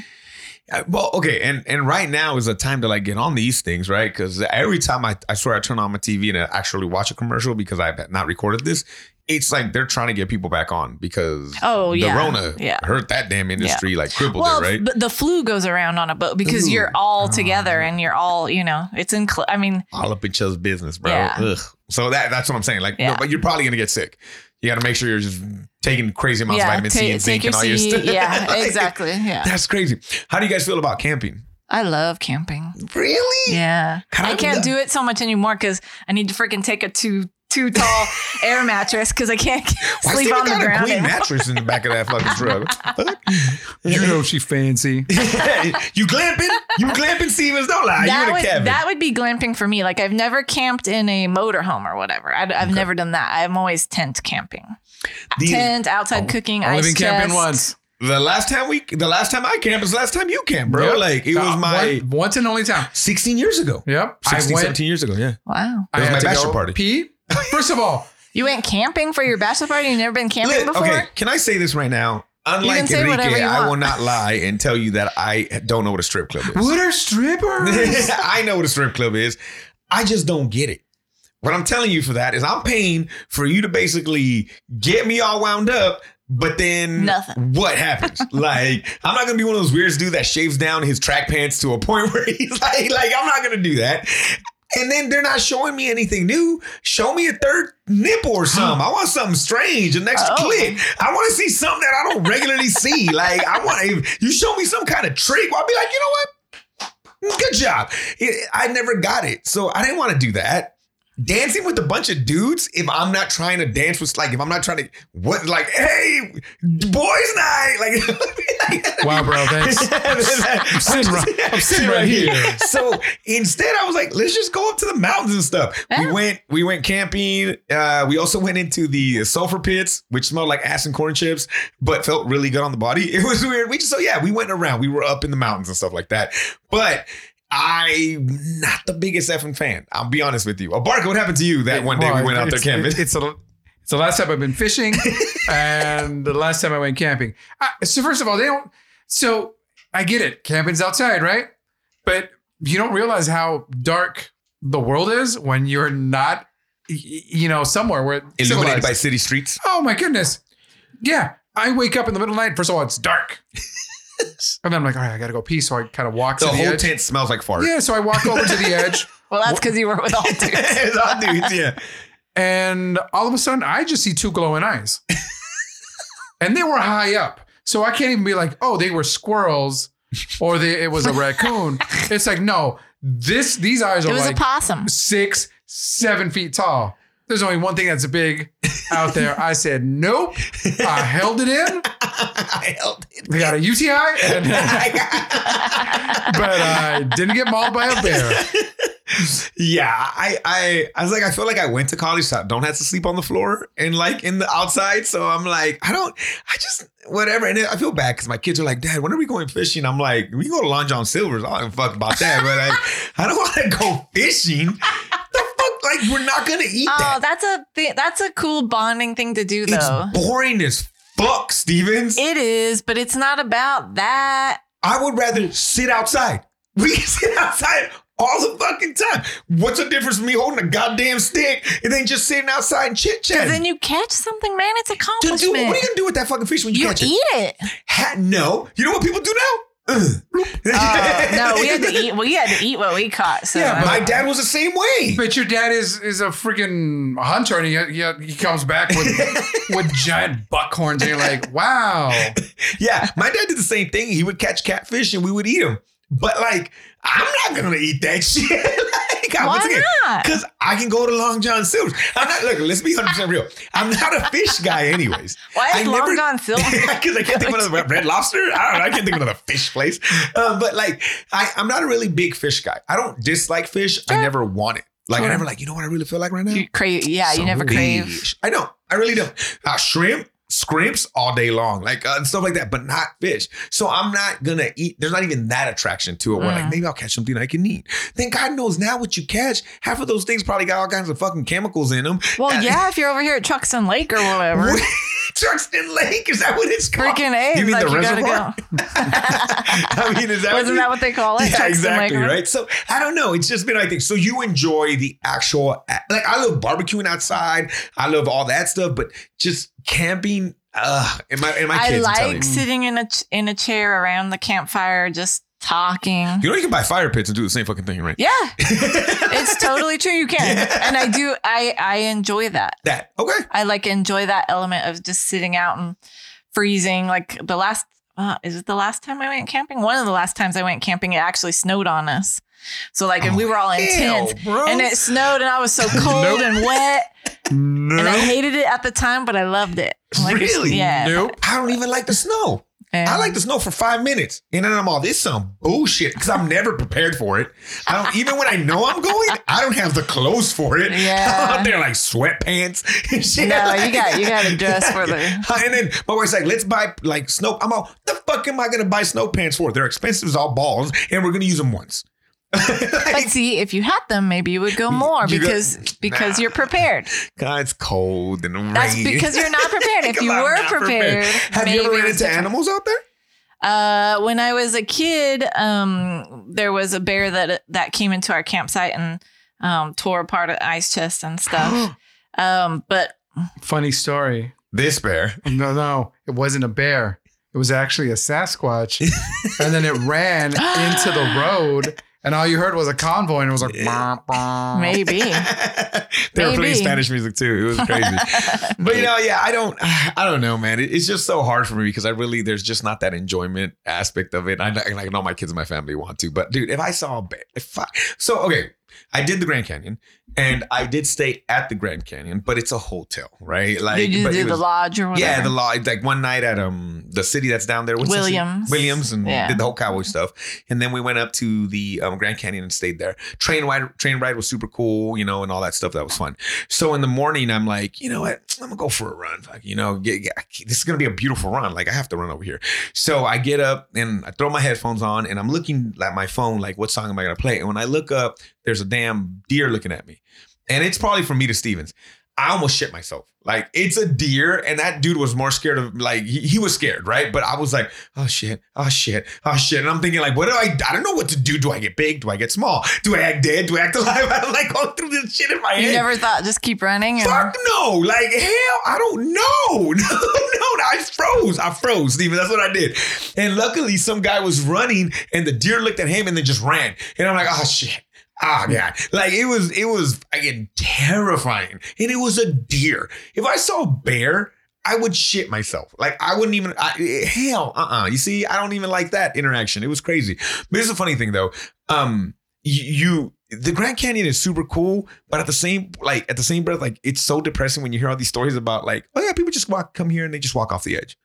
Uh, Well, okay, and and right now is the time to like get on these things, right? Because every time I, I swear I turn on my TV and I actually watch a commercial because I've not recorded this, it's like they're trying to get people back on because Oh the yeah, Rona yeah. hurt that damn industry like crippled well, it, right? but the flu goes around on a boat because you're Ooh. all together and you're all, you know, it's in. Cl- I mean, All up each other's business, bro. Yeah. Ugh. So that that's what I'm saying. Like, no, Yeah. but you're probably gonna get sick. You got to make sure you're just taking crazy amounts yeah, of vitamin ta- C and zinc and all your seat. stuff. Yeah, <laughs> <laughs> Like, exactly. Yeah, That's crazy. How do you guys feel about camping? I love camping. Really? Yeah, How do I can't that- do it so much anymore because I need to freaking take a too <laughs> too tall air mattress because I can't Why sleep Stephen on the got a ground. queen anymore. mattress in the back of <laughs> that fucking truck? What the fuck? You know she fancy. <laughs> you glamping? You glamping, Stevens? Don't lie. that Ah, you in a would cabin. that would be glamping for me. Like I've never camped in a motorhome or whatever. I, have Okay. never done that. I'm always tent camping, The- tent outside Oh, cooking. Only ice been camping chest. once, the last time we, the last time I camped was the last time you camped, bro. Yep. Like it was Uh, my one- once and only time. 16 years ago. Yep, 16, I went. 17 years ago. Yeah. Wow. It was I had my to bachelor go party. <laughs> Pee. First of all, You went camping for your bachelor party? You've never been camping Lit- before? okay. Can I say this right now? Unlike say whatever Enrique, you I will want. not lie and tell you that I don't know what a strip club is. what <laughs> are strippers? I know what a strip club is. I just don't get it. What I'm telling you for that is I'm paying for you to basically get me all wound up, but then Nothing. what happens? <laughs> like, I'm not gonna be one of those weirds dude that shaves down his track pants to a point <laughs> where he's like, like, I'm not gonna do that. And then they're not showing me anything new. Show me a third nipple or something. I want something strange. The next Oh. click. I want to see something that I don't regularly see. Like I want if you show me some kind of trick, I'll be like, you know what? Good job. It- I never got it. So I didn't want to do that. Dancing with a bunch of dudes, if I'm not trying to dance with, like, if I'm not trying to, what, like, hey, boys' night. Like, <laughs> wow, bro, thanks. I'm sitting right- <laughs> I'm sitting right here. So instead, I was like, let's just go up to the mountains and stuff. We Yeah. went, we went camping. Uh, we also went into the sulfur pits, which smelled like ass and corn chips, but felt really good on the body. <laughs> It was weird. We just, so yeah, we went around. We were up in the mountains and stuff like that. But I'm not the biggest effing fan. I'll be honest with you. Oh, Barker, what happened to you that one day we Well, went out there it's- camping? It's, it's the- it's the last time I've been fishing, and the last time I went camping. I, so first of all, they don't. So I get it. Camping's outside, right? But you don't realize how dark the world is when you're not, y- y- you know, somewhere where <laughs> it's Illuminated civilized. by city streets. Oh my goodness. Yeah. I wake up in the middle of the night. First of all, it's dark. <laughs> and then I'm like, all right, I gotta go pee. So I kind of walk The to the whole edge. tent smells like fart. yeah, so I walk over to <laughs> the edge. Well, that's because you were with all dudes. <laughs> It's all dudes, yeah. <laughs> And all of a sudden, I just see two glowing <laughs> eyes. and they were high up. So I can't even be like, oh, they were squirrels or they, it was a <laughs> raccoon. It's like, no, this these eyes It are was like a possum. six, seven feet tall. There's only one thing that's big out there. I said, nope. I held it in. I held it. We got a UTI, <laughs> and, but I didn't get mauled by a bear. <laughs> yeah, I, I, I was like, I feel like I went to college, so I don't have to sleep on the floor and like in the outside. So I'm like, I don't, I just whatever. And I feel bad because my kids are like, Dad, when are we going fishing? I'm like, we go to Long John Silver's. I don't give a fuck about that, but like, <laughs> I don't want to go fishing. the fuck, like we're not gonna eat Oh, that. that's a thi- that's a cool bonding thing to do, though. It's boring as fuck, Stevens. It is, but it's not about that. I would rather sit outside. <laughs> We can sit outside all the fucking time. What's the difference from me holding a goddamn stick and then just sitting outside and chit Because then chatting? you catch something, man. It's To do, what are you accomplishment. gonna do with that fucking fish when you, You catch eat it? it. Ha, no. You know what people do now? Uh, <laughs> no, <laughs> we had to eat. We had to eat what we caught. So Yeah, My dad was the same way. But your dad is is a freaking hunter, and he he, he comes back with with giant buck horns, and you're like, wow. Yeah, my dad did the same thing. He would catch catfish and we would eat them. But like, I'm not gonna eat that <laughs> shit. like, I- once why again, not? Because I can go to Long John Silver's. I'm not. Look, let's be 100 percent real. I'm not a fish guy, anyways. <laughs> Why I is <laughs> Long never- John Silver? Because I can't think of another Red Lobster. I don't know. I can't think of another fish place. Uh, but like, I, I'm not a really big fish guy. I don't dislike fish. I Sure. never want it. Like, Sure. I never like. You know what I really feel like right now? <laughs> You crave, yeah, you Some never crave. fish. I don't. I really don't. Uh, shrimp, scrimps all day long, like uh, and stuff like that, but not fish. So I'm not gonna eat. There's not even that attraction to it. Where like Mm. maybe I'll catch something I can eat. Then God knows now what you catch. Half of those things probably got all kinds of fucking chemicals in them. Well, yeah, if you're over here at Truxton Lake <laughs> or whatever, Truxton Lake is that what it's called? <laughs> freaking a, You mean like the you reservoir? gotta I mean, is that what go. <laughs> Wasn't you- that what they call it? yeah, Truxton exactly, Lake. right? So I don't know. It's just been, I think. So you enjoy the actual, like I love barbecuing outside. I love all that stuff, but just camping. Uh, and my and my I kids. I'm telling like sitting in a ch- in a chair around the campfire, just talking. you. you know you can buy fire pits and do the same fucking thing, right? <laughs> <laughs> Yeah, it's totally true. You can, Yeah. and I do. I I enjoy that. that okay? I like enjoy that element of just sitting out and freezing. Like the last, uh, is it the last time I went camping? One of the last times I went camping, it actually snowed on us. So like, and we were all intense, Ew, Oh, bro. and it snowed, and I was <laughs> so cold Nope. and wet, and I Nope. hated it at the time, but I loved it. Like, Really? Yeah. Nope. I don't even like the snow. I like the snow for five minutes, and then I'm all this some bullshit because I'm never prepared for it. I don't even when I know I'm going, I don't have the clothes for it. <laughs> Yeah. I'm out there like sweatpants and <laughs> shit. No, you like- got you got to dress for <laughs> the. And then my wife's like, let's buy like snow. I'm all, the fuck am I gonna buy snow pants for? They're expensive as all balls, and we're gonna use them once. But see, if you had them, maybe you would go more You go- because because Nah. you're prepared. God, it's cold and rainy. That's because you're <laughs> not prepared. If you I'm were not prepared, have you ever maybe ran it's into different. animals out there? Uh, when I was a kid, um, there was a bear that that came into our campsite and um, tore apart an ice chest <gasps> and stuff. um, but Funny story. This bear. No, no, it wasn't a bear. It was actually a Sasquatch, and then it ran into the road, and all you heard was a convoy, and it was like, bah, bah. <laughs> maybe they were playing Maybe. Spanish music too. It was <laughs> crazy. but you know, yeah, I don't, I don't know, man. It- it's just so hard for me because I really there's just not that enjoyment aspect of it. I, and I know my kids and my family want to, but dude, if I saw a bear, if I, so okay, I did the Grand Canyon and I did stay at the Grand Canyon, but it's a hotel, right? Like, did you but do it the was- lodge or whatever? Yeah, the law. Like one night at um the city that's down there, what's the city? Williams. Williams, and Yeah. did the whole cowboy stuff. And then we went up to the um, Grand Canyon and stayed there. Train ride, train ride was super cool, you know, and all that stuff. That was fun. So in the morning, I'm like, you know what? I'm gonna go for a run. Fuck, you know, get, get- this is gonna be a beautiful run. Like I have to run over here. So I get up and I throw my headphones on, and I'm looking at my phone, like what song am I gonna play? And when I look up, there's a damn deer looking at me, and it's probably from me to Stevens. I almost shit myself. Like it's a deer, and that dude was more scared of like he, he was scared, right? But I was like, oh shit, oh shit, oh shit. And I'm thinking like, what do I? I don't know what to do. Do I get big? Do I get small? Do I act dead? Do I act alive? <laughs> I'm like going through this shit in my you head. never thought just keep running. and- Fuck no! Like hell, I don't know. <laughs> No, no, I froze. I froze, Steven. That's what I did. And luckily, some guy was running, and the deer looked at him and then just ran. And I'm like, oh shit. Ah, god! Like it was, it was again terrifying, and it was a deer. If I saw a bear, I would shit myself. Like I wouldn't even. I, hell, uh, uh You see, I don't even like that interaction. It was crazy. But here's the funny thing, though. Um, you, you the Grand Canyon is super cool, but at the same like at the same breath, like it's so depressing when you hear all these stories about like, oh yeah, people just walk come here and they just walk off the edge.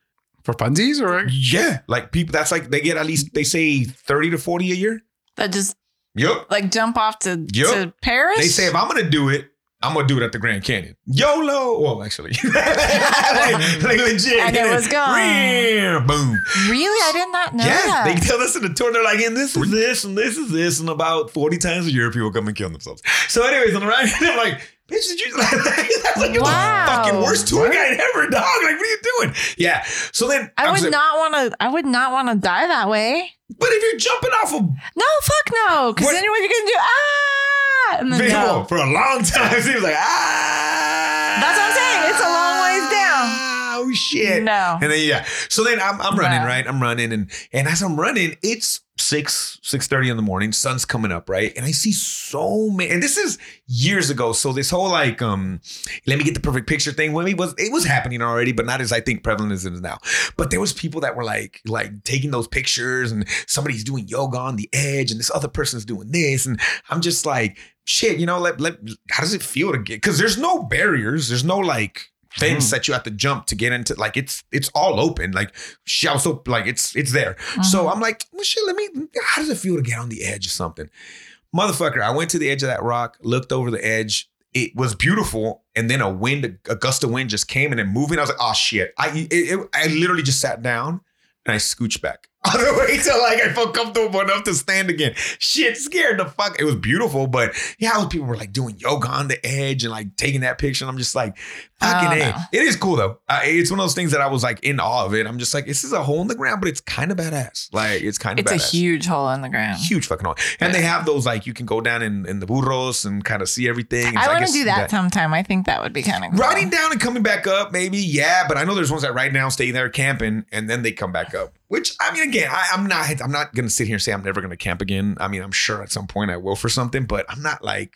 for funsies, or Yeah, like people that's like they get at least they say thirty to forty a year. That just Yep. like jump off to Yup. to Paris. They say if I'm gonna do it, I'm gonna do it at the Grand Canyon. YOLO. Well, actually, <laughs> like, like legit. And it was gone. Rear, boom. really, I did not know yeah, that. they tell us in the tour. They're like, and this is this, and this is this, and about forty times a year, people come and kill themselves. So, anyways, on the <laughs> ride, I'm like, bitch, did you? <laughs> That's like you're Wow. the fucking worst tour guide ever, dog. Like, what are you doing? Yeah. So then, I I'm would like, not want to. I would not want to die that way. But if you're jumping off a No, fuck no. Because What- then what are you gonna do? Ah, and then video no. <laughs> for a long time, it was like ah. That's what I'm saying. It's a long ways down. no shit. No. And then yeah, so then I'm, I'm running, Wow. right? I'm running, and and as I'm running, it's six six thirty in the morning. Sun's coming up, right? And I see so many, and this is years ago. So this whole like um, let me get the perfect picture thing. When it was it was happening already, but not as I think prevalent as it is now. But there was people that were like like taking those pictures, and somebody's doing yoga on the edge, and this other person's doing this, and I'm just like. Shit, you know, let, let how does it feel to get? Because there's no barriers, there's no like fence that you have to jump to get into like it's it's all open like shit, I was so like it's it's there so i'm like well, shit let me how does it feel to get on the edge of something motherfucker i went to the edge of that rock looked over the edge it was beautiful and then a wind a gust of wind just came and it moving i was like oh shit i it, it- i literally just sat down and i scooched back <laughs> all the way till like I felt comfortable enough to stand again. Shit, scared the fuck. It was beautiful, but yeah, people were like doing yoga on the edge and like taking that picture. And I'm just like, Oh, Fucking A. no. It is cool though. Uh, it's one of those things that I was like in awe of it. I'm just like, this is a hole in the ground, but it's kind of badass. Like it's kind of It's a badass. huge hole in the ground. huge fucking hole. And they have those like you can go down in, in the burros and kind of see everything. It's I like want a- to do that sometime. I think that would be kind of cool. Riding down and coming back up, maybe, yeah. But I know there's ones that right now stay there camping and then they come back up. Which I mean, again, I, I'm not, I'm not gonna sit here and say I'm never gonna camp again. I mean, I'm sure at some point I will for something, but I'm not like,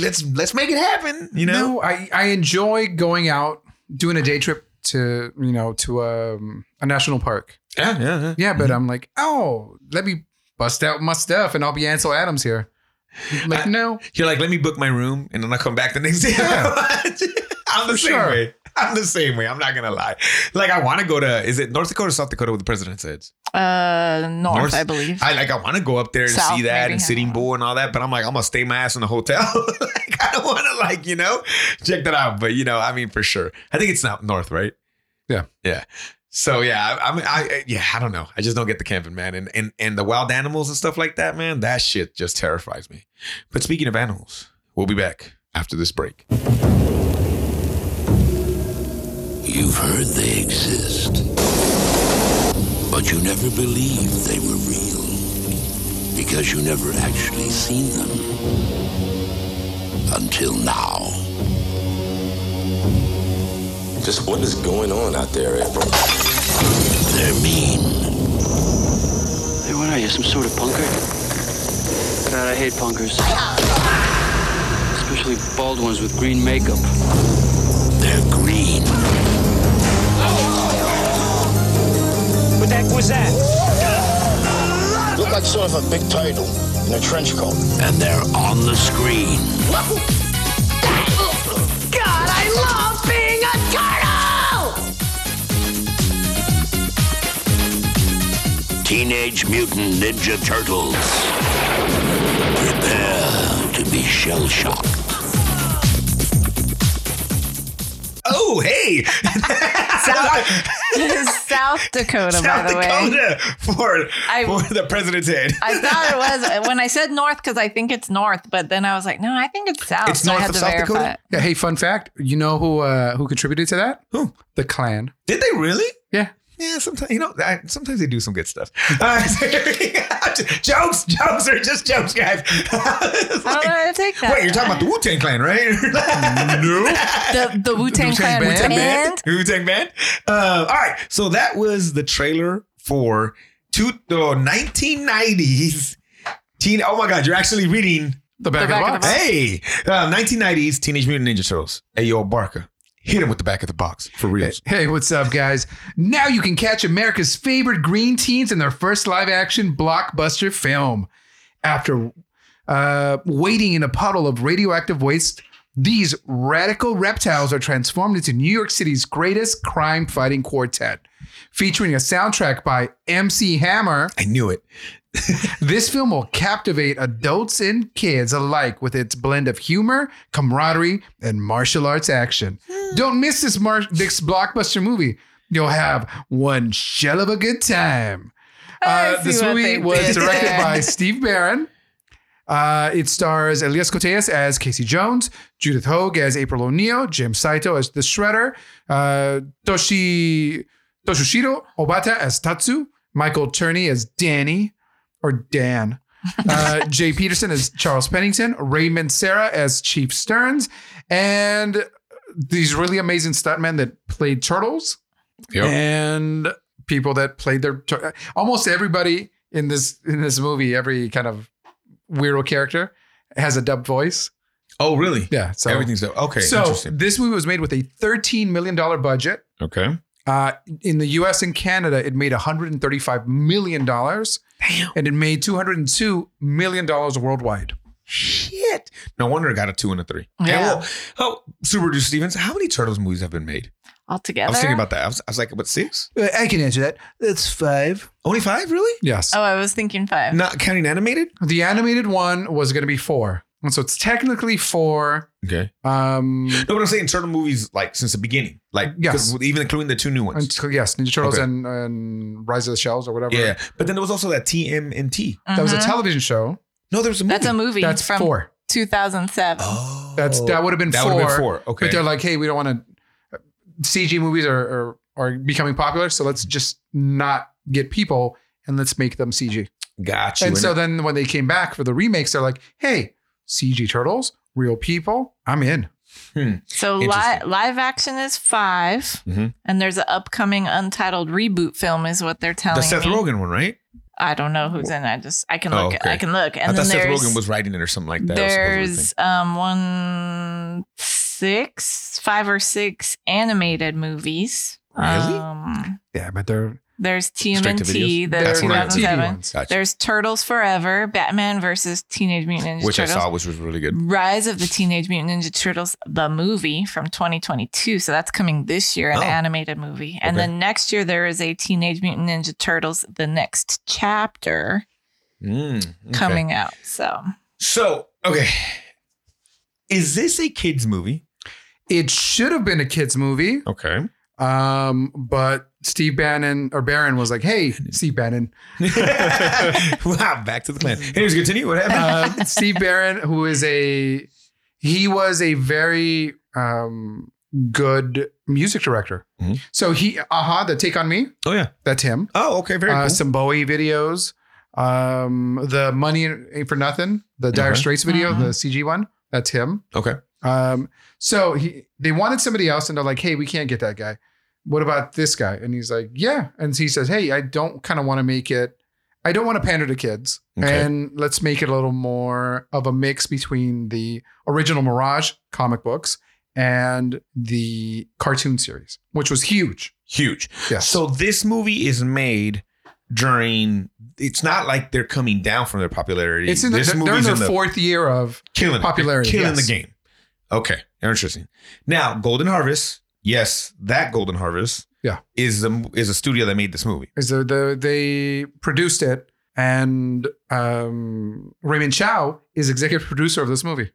let's let's make it happen. You know, No, I, I enjoy going out, doing a day trip to, you know, to um, a national park. yeah, yeah, yeah. Yeah, but uh, I'm like, oh, let me bust out my stuff and I'll be Ansel Adams here. Like, I- <laughs> no. Mm-hmm. You're like, let me book my room and then I'll come back the next day. <laughs> Yeah. I'm the For same sure. way. I'm the same way. I'm not gonna lie. Like I wanna go to is it North Dakota or South Dakota where the president says? Uh, north, North- I believe. I like I wanna go up there and South, see that and maybe, I Sitting don't know. Bull and all that, but I'm like, I'm gonna stay my ass in the hotel. <laughs> like I don't wanna like, you know, check that out. But you know, I mean for sure. I think it's not north, right? Yeah. Yeah. So yeah, I, I mean, I I- yeah, I don't know. I just don't get the camping, man, and and and the wild animals and stuff like that, man. That shit just terrifies me. But speaking of animals, we'll be back after this break. You've heard they exist, but you never believed they were real because you never actually seen them until now. Just what is going on out there, April? They're mean, Hey, what are you, some sort of punker? God, I hate punkers. Especially bald ones with green makeup. they're green, What the heck was that? Looked like sort of a big turtle in a trench coat. and they're on the screen. God, I love being a turtle! Teenage Mutant Ninja Turtles. Prepare to be shell shocked. Oh hey, <laughs> <laughs> South Dakota, South by the way. Dakota for I- for the president's head. I thought it was uh, when I said north because I think it's north, but then I was like, no, I think it's south. It's so north I had of to South verify Dakota? it. Yeah, hey, fun fact. You know who uh, who contributed to that? Who? The Klan. Did they really? Yeah. Yeah, sometimes you know. I, sometimes they do some good stuff. <laughs> Uh, jokes, jokes are just jokes, guys. <laughs> It's I don't know like- how to Oh, take that. Wait, you're talking about the Wu Tang Clan, right? <laughs> no. the, the Wu Tang Wu-Tang Clan Band? band. Wu Tang Band. Uh, all right. So that was the trailer for two, oh, 1990s teen. Oh my God, you're actually reading. The back, back of the of box. the box. Hey, uh, 1990s Teenage Mutant Ninja Turtles. Hey, yo, Barker. Hit him with the back of the box for real. Hey, what's up, guys? Now you can catch America's favorite green teens in their first live action blockbuster film. After uh, waiting in a puddle of radioactive waste, these radical reptiles are transformed into New York City's greatest crime fighting quartet. Featuring a soundtrack by MC Hammer, I knew it. <laughs> this film will captivate adults and kids alike with its blend of humor, camaraderie, and martial arts action. Hmm. Don't miss this mar- this blockbuster movie. You'll have one shell of a good time. I Uh, see this what movie they was did directed there. <laughs> by Steve Barron. Uh, it stars Elias Coteas as Casey Jones, Judith Hogue as April O'Neil, Jim Saito as the Shredder, uh, Toshi Toshishiro Obata as Tatsu, Michael Turney as Danny or Dan, <laughs> uh, Jay Peterson as Charles Pennington, Raymond Sarah as Chief Stearns, and these really amazing stuntmen that played turtles Yep. and people that played their tur- almost everybody in this in this movie, every kind of weirdo character has a dubbed voice. Oh, really? Yeah, so Everything's okay. so interesting. this movie was made with a thirteen million dollar budget. Okay. Uh, in the U.S. and Canada, it made 135 million dollars, and it made 202 million dollars worldwide. Shit. No wonder it got a two and a three. And Yeah. well, oh, Super Duper Stevens, how many Turtles movies have been made? altogether. I was thinking about that. I was, I was like, what, six? Uh, I can answer that. That's five. Only five, really? Yes. Oh, I was thinking five. Not counting animated? The animated one was going to be four, and so it's technically four. Okay. Um, No, but I'm saying Turtle movies, like, since the beginning. Like, Yes. 'cause even including the two new ones. until yes, Ninja Turtles Okay. and, and Rise of the Shells or whatever. yeah. But then there was also that TMNT. That was a Mhm. television show. No, there was a movie. That's a movie. That's from four. 2007. Oh. That's that would have been That four. would have been four. Okay. But they're like, hey, we don't want to. CG movies are, are are becoming popular, so let's just not get people and let's make them CG. Got you. And so it- then when they came back for the remakes, they're like, hey, CG turtles, real people, I'm in. So li- Interesting. live action is 5 Mhm. and there's an upcoming untitled reboot film, is what they're telling the Seth me. Rogen one, right? I don't know who's in. it. I just I can Oh, look. okay. I can look. And I then thought Seth there's Rogen was writing it or something like that. That was supposed to be the thing. there's um one six five or six animated movies. Really? Um, Yeah, but they're, there's Straight to TMNT. videos? they're That's what I- not TV 2007. ones. Gotcha. There's Turtles Forever, Batman versus Teenage Mutant Ninja Which I Turtles. Mm. saw, which was really good. Rise of the Teenage Mutant Ninja Turtles, the movie from 2022. So that's coming this year, an Oh. animated movie. And Okay. then next year, there is a Teenage Mutant Ninja Turtles, the next chapter Mm, okay. coming out. So So, okay. Is this a kids movie? It should have been a kids movie, <laughs> Okay. um, but Steve Bannon or Barron was like, <laughs> hey, Steve Bannon, wow, back to the clan. Mm-hmm. Anyways, continue. What happened? uh, Steve Barron, who is a he was a very um, good music director. Mhm. So he, aha, the Take on Me, oh, yeah. that's him. Oh, okay. Very uh, cool. Some Bowie videos, um, the Money Ain't for Nothing, the Dire Okay. Mm-hmm. Straits video, Mhm. the CG one, that's him. okay. Um, so he, they wanted somebody else, and they're like, "Hey, we can't get that guy. What about this guy?" And he's like, "Yeah." And he says, "Hey, I don't kind of want to make it. I don't want to pander to kids, Okay. and let's make it a little more of a mix between the original Mirage comic books and the cartoon series, which was huge. Huge. Yes. So, this movie is made during, it's not like they're coming down from their popularity. it's in the, this they're in movie's their fourth year of killing it. popularity, They're killing yes. the game. Okay, interesting. Now, Golden Harvest, yes, that Golden Harvest, Yeah. is the is a studio that made this movie. is the, the they produced it, and um, Raymond Chow is executive producer of this movie.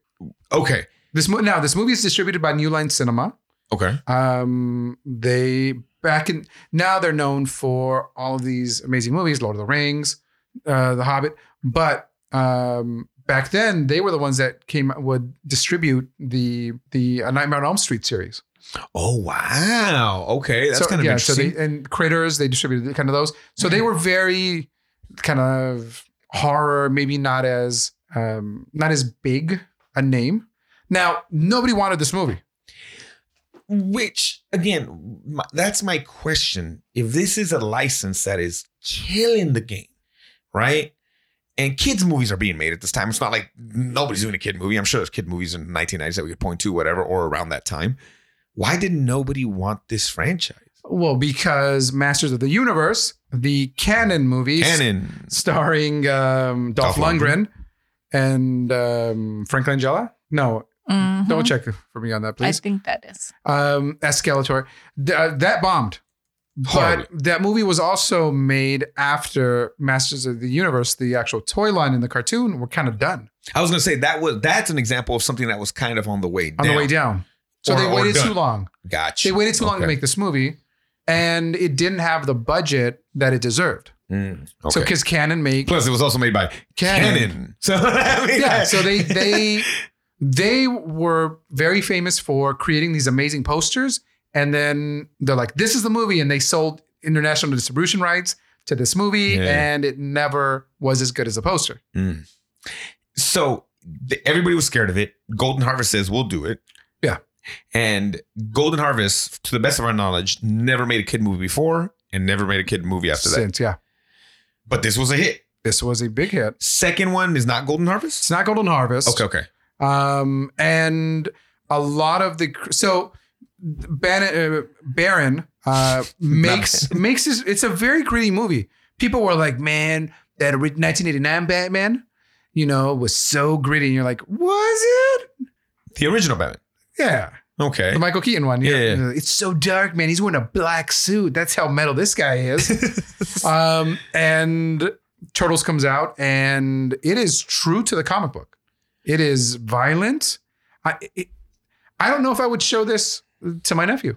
Okay, This mo- now this movie is distributed by New Line Cinema. okay, Um, they back in now they're known for all of these amazing movies, Lord of the Rings, uh, The Hobbit. But um, back then they were the ones that came would distribute the the uh, Nightmare on Elm Street series. oh wow, okay, that's so, kind of interesting. So they, and Critters they distributed kind of those. So they were very kind of horror, maybe not as um, not as big a name. Now nobody wanted this movie. Which again, my, that's my question. If this is a license that is killing the game, right? And kids' movies are being made at this time. It's not like nobody's doing a kid movie. I'm sure there's kid movies in the 1990s that we could point to, whatever, or around that time. Why did nobody want this franchise? Well, because Masters of the Universe, the canon movies Canon. starring um, Dolph, Dolph Lundgren, and um, Frank Langella. No, mhm. don't check for me on that, I please. think that is. Um, Escalator. Th- uh, that bombed. Horribly. But that movie was also made after Masters of the Universe, the actual toy line in the cartoon, were kind of done I was gonna say that was that's an example of something that was kind of on the way on down. the way down. So Or- they or waited done. too long. Gotcha. They waited too long to Okay. make this movie, and it didn't have the budget that it deserved. Mm, So okay. because Canon made Plus, it was also made by Canon. Canon. <laughs> So I mean, <laughs> yeah <laughs> so they they they were very famous for creating these amazing posters and then they're like this is the movie and they sold international distribution rights to this movie Yeah. and it never was as good as the poster Mm. So th- everybody was scared of it. Golden Harvest says we'll do it. Yeah. And Golden Harvest, to the best of our knowledge, never made a kid movie before and never made a kid movie after that. Since, yeah. But this was a hit. This was a big hit. Second one is not Golden Harvest. It's not Golden Harvest. Okay, okay. Um, and a lot of the so Bannon, uh, Baron uh, makes makes his, it's a very gritty movie. People were like, "Man, that ori- 1989 Batman, you know, was so gritty." And you're like, "Was it?" The original Batman. Yeah, Okay. the Michael Keaton one. Yeah, yeah. it's so dark, man. He's wearing a black suit. That's how metal this <laughs> guy is. um, and Turtles comes out, and it is true to the comic book. It is violent. I it, I don't know if I would show this to my nephew.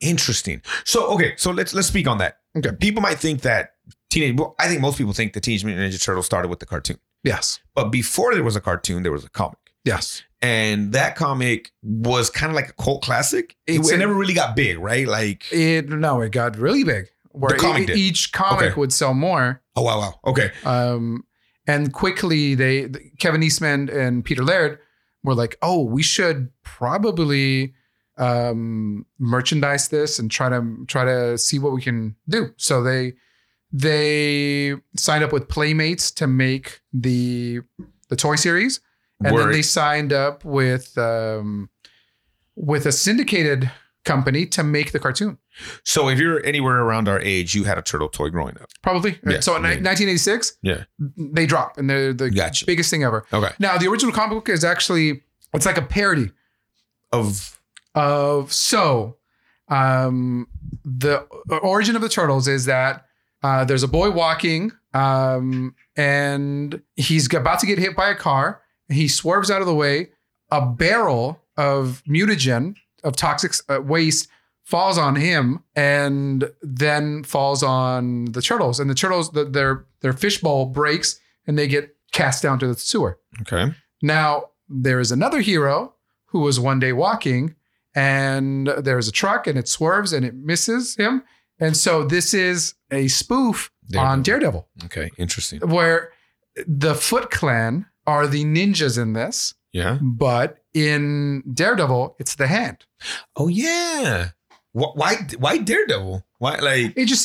Interesting. So okay, so let's let's speak on that. Okay. People might think that teenage. Well, I think most people think the Teenage Mutant Ninja Turtles started with the cartoon, Yes. but before there was a cartoon, there was a comic, Yes. and that comic was kind of like a cult classic. It, It's it a- never really got big, right? Like It no, it got really big. Where The comic e- did. each comic Okay. would sell more. oh wow wow okay Um, and quickly, they Kevin Eastman and Peter Laird were like, "Oh, we should probably um, merchandise this and try to try to see what we can do." So they they signed up with Playmates to make the the toy series, and then Word. they signed up with um, with a syndicated company to make the cartoon. so if you're anywhere around our age, you had a turtle toy growing up. Probably. Yeah, so in ni- yeah. 1986, Yeah. they drop and they're the Gotcha. biggest thing ever. Okay. Now, the original comic book is actually it's like a parody Of of so um the uh, origin of the turtles is that uh there's a boy walking um and he's about to get hit by a car he swerves out of the way a barrel of mutagen of toxic uh, waste falls on him and then falls on the turtles and the turtles the, their their fishbowl breaks and they get cast down to the sewer okay, now, there is another hero who was one day walking, and there is a truck and it swerves and it misses him. And so this is a spoof on Daredevil, okay, interesting. where the Foot Clan are the ninjas in this, Yeah. but in Daredevil, it's the hand. Oh yeah. Wh- Why why Daredevil? Why like It just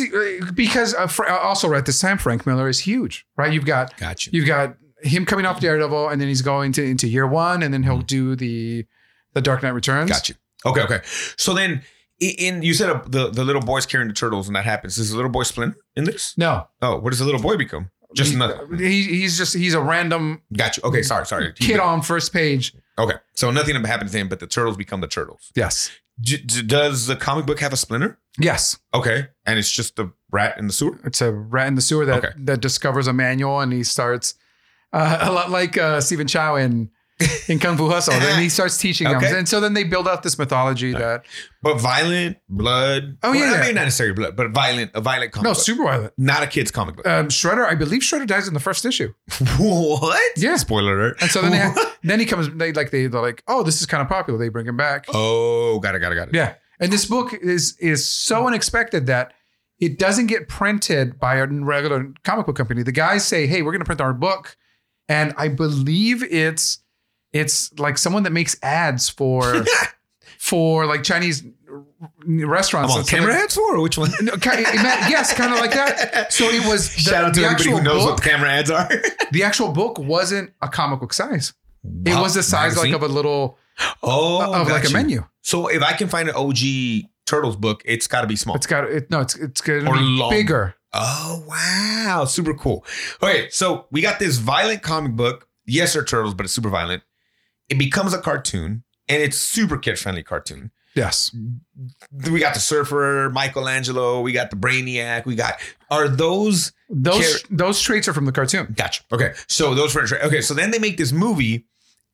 because uh, Fra- also right this time Frank Miller is huge, right? You've got gotcha? you've got him coming off Daredevil, and then he's going to into year one, and then he'll do the the Dark Knight Returns. Got you. Okay, okay. So then, i- in you said uh, the the little boy's carrying the turtles, and that happens. Is the little boy Splinter in this? No, Oh, what does the little boy become? Just nothing. He, he's just he's a random Got you. Okay, sorry, sorry. kid on first page. Okay, so nothing happens to him, but the turtles become the turtles. Yes. J- j- does the comic book have a Splinter? Yes. Okay, and it's just the rat in the sewer. It's a rat in the sewer that Okay. that discovers a manual and he starts uh, <laughs> a lot like uh, Stephen Chow in in Kung Fu Hustle. and he starts teaching them. Okay. And so then they build out this mythology that But violent blood. Oh, yeah, Well, I yeah. mean not necessarily blood, but violent. A violent comic. no book. super violent. not a kid's comic book. <laughs> Um, Shredder, I believe Shredder dies in the first issue. what? Yeah. Spoiler <laughs> alert. And so then they then he comes they like they they're like, oh, this is kind of popular. They bring him back. oh, got it, got it, got it. Yeah. And this book is is so unexpected that it doesn't get printed by a regular comic book company. The guys say, "Hey, we're going to print our book." And I believe it's it's like someone that makes ads <laughs> for for like Chinese I'm restaurants. on So they- camera heads for or <laughs> which one? No, <laughs> ki- it meant- yes, kind of like that. So it was the, Shout out to the anybody actual who knows what book. the camera ads are. The actual book wasn't a comic book size. It was the size like of a little <laughs> oh, of like got a you. menu. So if I can find an OG Turtles book, it's got to be small. It's got it. No, it's it's gonna Or be long. bigger. oh wow, super cool. Okay, so we got this violent comic book. Yes, they're turtles, but it's super violent. It becomes a cartoon, and it's super kid friendly cartoon. Yes. Then We got the Surfer, Michelangelo. We got the Brainiac. We got are those Those those traits are from the cartoon. Gotcha. Okay. So those were okay. So then they make this movie,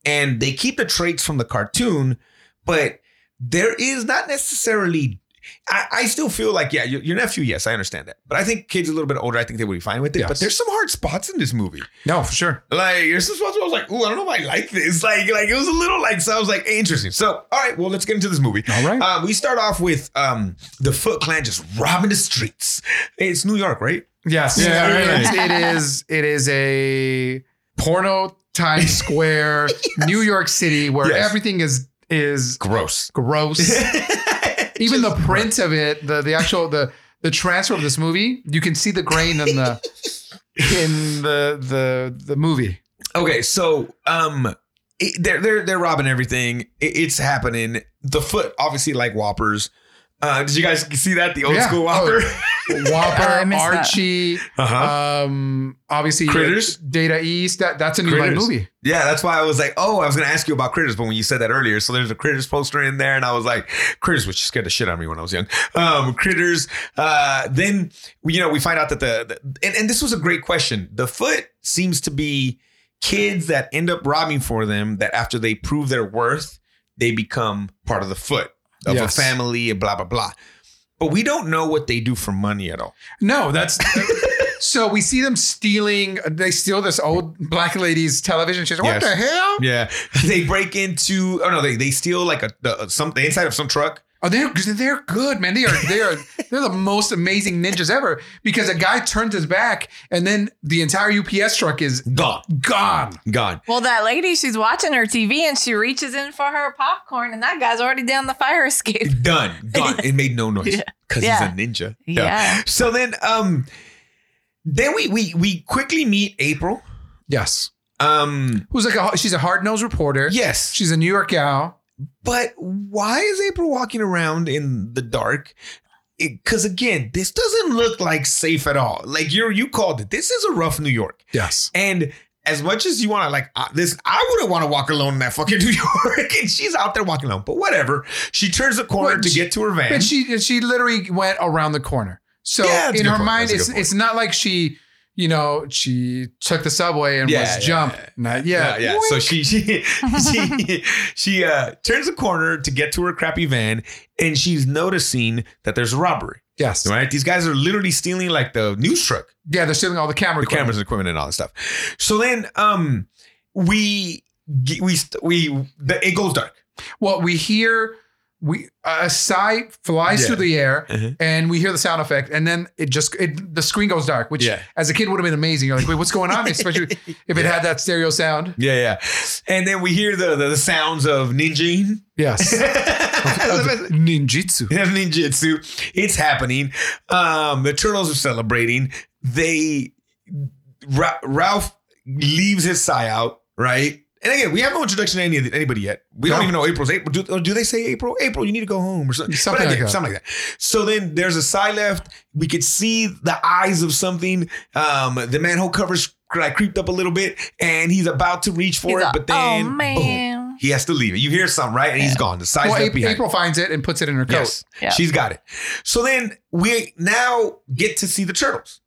and they keep the traits from the cartoon, but there is not necessarily. I, I still feel like yeah, your, your nephew. Yes, I understand that, but I think kids a little bit older, I think they would be fine with it. But Yes. there's some hard spots in this movie. No, for sure. Like there's some spots where I was like, "Ooh, I don't know if I like this." <laughs> Like, like it was a little like so. I was like, interesting. So all right, well, let's get into this movie. All right. Uh, we start off with um the Foot Clan just robbing the streets. It's New York, right? yes. Yeah, right, right. It's- It is it is a porno Times Square, New York City, where <laughs> Yes. everything is is <laughs> Gross. gross. Even the print of it, the the actual the the transfer of this movie, you can see the grain in the <laughs> in the the the movie. Okay, so um, it, they're they're they're robbing everything. It, it's happening. The foot, obviously, like Whoppers. Uh, did you guys see that the old Yeah. school Whopper? Uh, I Oh, Whopper, missed that. Archie, <laughs> Uh-huh. um, obviously Critters? Data East. That that's a new line Critters. movie. yeah, that's why I was like, oh, I was gonna ask you about critters, but when you said that earlier, so there's a critters poster in there, and I was like, critters, which scared the shit out of me when I was young. Um, critters. Uh, then you know we find out that the, the and, and this was a great question. The foot seems to be kids that end up robbing for them. That after they prove their worth, they become part of the foot of Yes. a family and blah blah blah. But we don't know what they do for money at all. No, that's so we see them stealing. They steal this old black lady's television. She's Yes. what the hell? Yeah, <laughs> they break into oh no, they they steal like a, the some the inside of some truck. Oh, they're they're good, man. They are they are they're the most amazing ninjas ever because a guy turns his back and then the entire UPS truck is Gone, gone. gone. Well, that lady, she's watching her TV and she reaches in for her popcorn, and that guy's already down the fire escape. done done it made no noise Yeah. because Yeah. he's a ninja Yeah. so then um then we we we quickly meet april Yes, um who's like a, she's a hard nosed reporter. yes she's a New York gal. but why is april walking around in the dark because again this doesn't look like safe at all like you're you called it this is a rough new york Yes, and as much as you want to like uh, this, I wouldn't want to walk alone in that fucking <laughs> New York. And she's out there walking alone, but whatever. She turns the corner But to she- get to her van. but she she literally went around the corner. So Yeah, that's a in good her point. mind, That's a it's good point. it's not like she you know she took the subway and Yeah, was yeah, jumped. yeah. Not Yeah, yet. yeah. So she she she, <laughs> she uh, turns a corner to get to her crappy van, and she's noticing that there's a robbery. Yes. Right, these guys are literally stealing like the news truck, Yeah, they're stealing all the camera. the cameras, and equipment, and all that stuff. So then, um, we ge- we st- we the, it goes dark. Well, we hear we a sigh flies Yeah. through the air, Mhm. and we hear the sound effect, and then it just it, the screen goes dark. Which, Yeah. as a kid, would have been amazing. You're like, wait, what's going on? Especially <laughs> if it had that stereo sound. Yeah, yeah. And then we hear the the, the sounds of <laughs> ninjing. <laughs> Yes, ninjutsu. They <laughs> have ninjutsu. It's happening. Um, the turtles are celebrating. They Ra- Ralph leaves his sigh out, right? And again, we have no introduction to any of the, anybody yet. We don't No. even know April's April. Do, or do they say April? April, you need to go home or something. Something But like again, that. Something like that. So then there's a sigh left. We could see the eyes of something. Um, the manhole covers like creeped up a little bit, and he's about to reach for He's it, like, but then "Oh, boom, man." he has to leave it. You hear something, right? And he's gone. The sigh's Well, left April, behind. April finds it and puts it in her coat. Yes. Yes. Yeah. She's got it. So then we now get to see the turtles.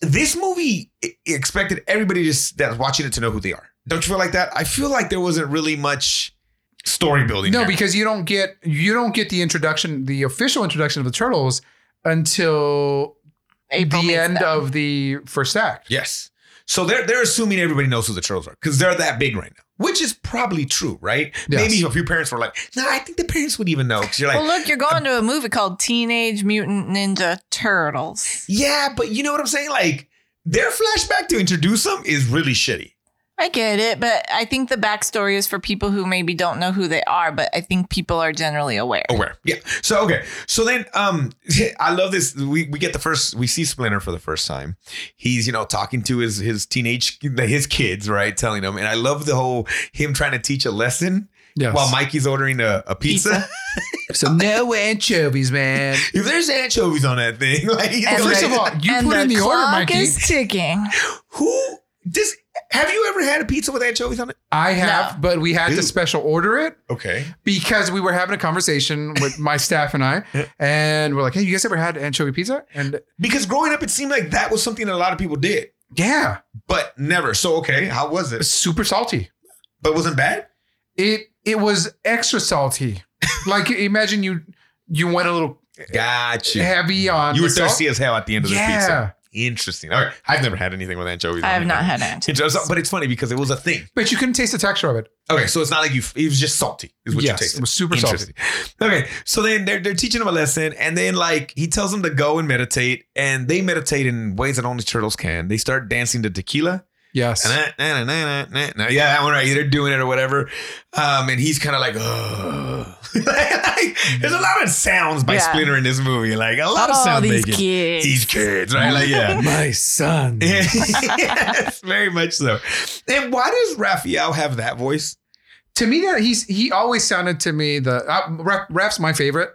This movie i- expected everybody just that's watching it to know who they are. Don't you feel like that? I feel like there wasn't really much story building. No, there. because you don't get you don't get the introduction, the official introduction of the turtles until April the meets end them. of the first act. yes. So they're they're assuming everybody knows who the turtles are because they're that big right now, which is probably true, right? Yes. Maybe a few parents were like, "No, I think the parents would even know." Because you're like, well, look, you're going to a movie called Teenage Mutant Ninja Turtles. "Yeah," but you know what I'm saying? Like their flashback to introduce them is really shitty. I get it, but I think the backstory is for people who maybe don't know who they are, but I think people are generally aware. aware. Yeah. So okay. So then um <laughs> I love this. We we get the first we see Splinter for the first time. He's, you know, talking to his his teenage his kids, right? Telling them. And I love the whole him trying to teach a lesson Yes. while Mikey's ordering a, a pizza. so no anchovies, man. <laughs> if there's anchovies on that thing, <laughs> like he's And gonna- First of all, you and put the in the clock order, Mikey. is ticking. who does have you ever had a pizza with anchovies on it? I have, No. but we had Ew. to special order it Okay. because we were having a conversation <laughs> with my staff and I, and we're like, "Hey, you guys ever had anchovy pizza?" And Because growing up, it seemed like that was something that a lot of people did, yeah, but never. So okay, how was it's it? super salty. But it wasn't bad. It it was <laughs> extra salty. like imagine you you went a little Got you. heavy on. You were the salt. thirsty as hell at the end of this pizza. Yeah, Interesting. All right. I've never had anything with anchovies. I on have it. not had anchovies. It's- it's- But it's funny because it was a thing. but you couldn't taste the texture of it. Okay. So it's not like you, it was just salty, is what yes, you tasted. it was super salty. Interesting. Okay. So then they're, they're teaching him a lesson. And then, like, he tells them to go and meditate. And they meditate in ways that only turtles can. They start dancing to tequila. Yes. Na- na- na- na- na- na. Yeah, that one right. They're doing it or whatever. Um, and he's kind of like, ugh. <laughs> Like, there's a lot of sounds by Yeah. Splinter in this movie. Like a lot of Oh, sound these making. kids. These kids, right? Like, yeah. <laughs> <laughs> My son. yes, very much so. And why does Raphael have that voice? to me, that he's he always sounded to me the uh, Raf, Raf's my favorite,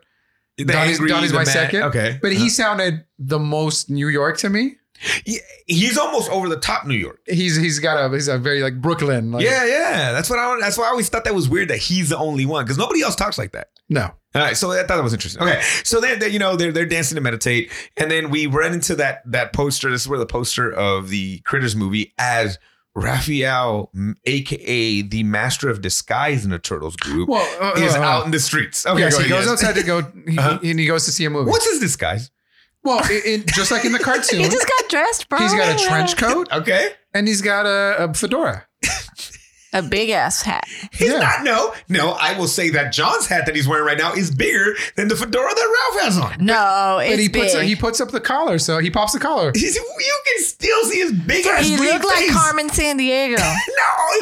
The Donnie's- angry, Donnie's the my mad- second. Okay, Uh-huh. but he sounded the most New York to me. He- he's almost over the top New York. He's he's got a he's a very like Brooklyn. Like, yeah, yeah. That's what I. That's why I always thought that was weird that he's the only one because nobody else talks like that. No. All right, so I thought that was interesting. Okay, so then they, you know they're they're dancing to meditate, and then we run into that that poster. This is where the poster of the Critters movie as Raphael, m- aka the master of disguise in the Turtles group, Well, uh, is uh, uh, out in the streets. Okay, yes, go he ahead, goes yes. outside to go he, Uh-huh. and he goes to see a movie. What's his disguise? Well, it, it- just like <laughs> in the cartoon, He just got dressed, bro. he's Oh, got a trench coat Okay, and he's got a, a fedora. a big ass hat. he's Yeah. not. No, no. I will say that John's hat that he's wearing right now is bigger than the fedora that Ralph has on. No, it's and he big. puts he puts up the collar, so he pops the collar. He's, you can still see his big ass. he blue looked like face. Carmen <laughs> San Diego. No,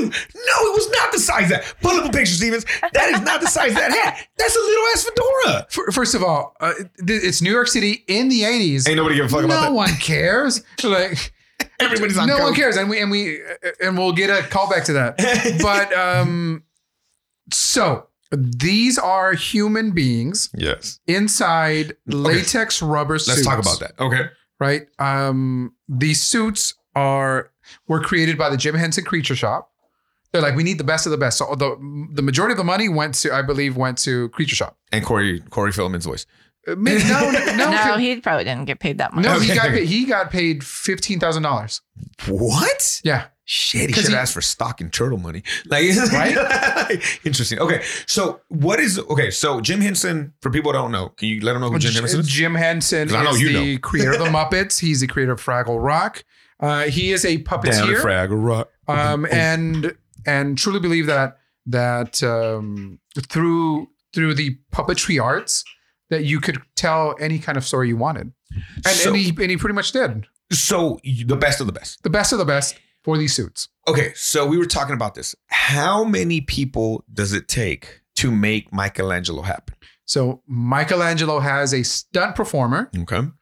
no, it was not the size of that. Pull up a picture, Stevens. That is not the size of that hat. That's a little ass fedora. F- First of all, uh, th- it's New York City in the eighties. Ain't nobody give a fuck no about that. one cares. Like Everybody's on no coke. one cares, and we and we uh, and we'll get a callback <laughs> to that. but um, so these are human beings Yes. inside latex rubber Let's suits. talk about that. Okay. Right. Um, these suits are were created by the Jim Henson Creature Shop. They're like, we need the best of the best. So the the majority of the money went to, I believe, went to Creature Shop. And Corey Corey Feldman's voice. Uh, maybe- No, no, no, no, he probably didn't get paid that much. No, he Okay. got paid, he got paid fifteen thousand dollars. What? Yeah, Shit, he 'Cause should he- have asked for stock and turtle money. <laughs> Like, <laughs> Interesting. Okay, so what is okay? So Jim Henson, for people who don't know, can you let them Oh, know who Jim Henson is? Jim Henson is 'Cause I know you the creator of the Muppets. He's the creator of Fraggle Rock. Uh, he is a puppeteer, Fraggle Rock. um, and and truly believe that that um, through through the puppetry arts that you could tell any kind of story you wanted, and So- and, he, and he pretty much did So you- the best of the best. the best of the best for these suits. Okay, so we were talking about this. How many people does it take to make Michelangelo happen? So Michelangelo has a stunt performer. Okay. In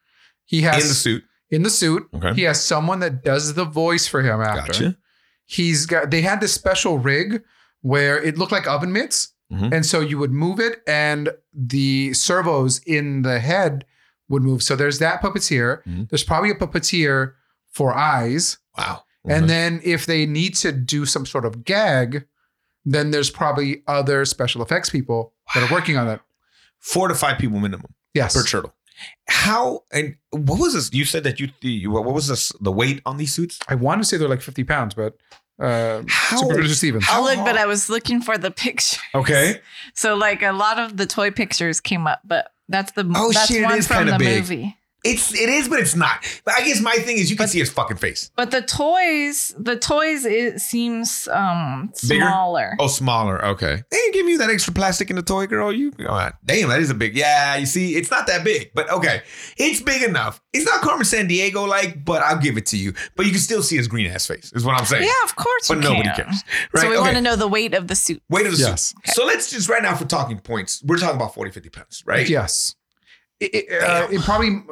He has the suit. in the suit. Okay. He has someone that does the voice for him after. Gotcha. He's got they had this special rig where it looked like oven mitts. Mhm. And so you would move it and the servos in the head would move. So there's that puppeteer. Mhm. There's probably a puppeteer for eyes. Wow. And then if they need to do some sort of gag, then there's probably other special effects people that are working on it. four to five people minimum Yes. per turtle. How and what was this? You said that you the what was this the weight on these suits? I want to say they're like 50 pounds, but uh, How- Supervisor Stevens. How I looked, but hard- I was looking for the <laughs> picture. Okay. So like a lot of the toy pictures came up, but that's the Oh, that's shit, it one is from kinda the big. movie. It's it is, but it's not. But I guess my thing is you can see his fucking face. But the toys, the toys, it seems um Bigger? smaller. Oh, smaller. Okay. They ain't giving you that extra plastic in the toy, girl. You all right. damn, that is a big. Yeah, you see, it's not that big, but okay, it's big enough. It's not Carmen San Diego like, but I'll give it to you. But you can still see his green ass face. Is what I'm saying. Yeah, of course. But you nobody can. cares. Right. So we okay. want to know the weight of the suit. Weight of the Yes. suit. So let's just right now for talking points. We're talking about 40, 50 pounds, right? Yes. It, it, uh, it probably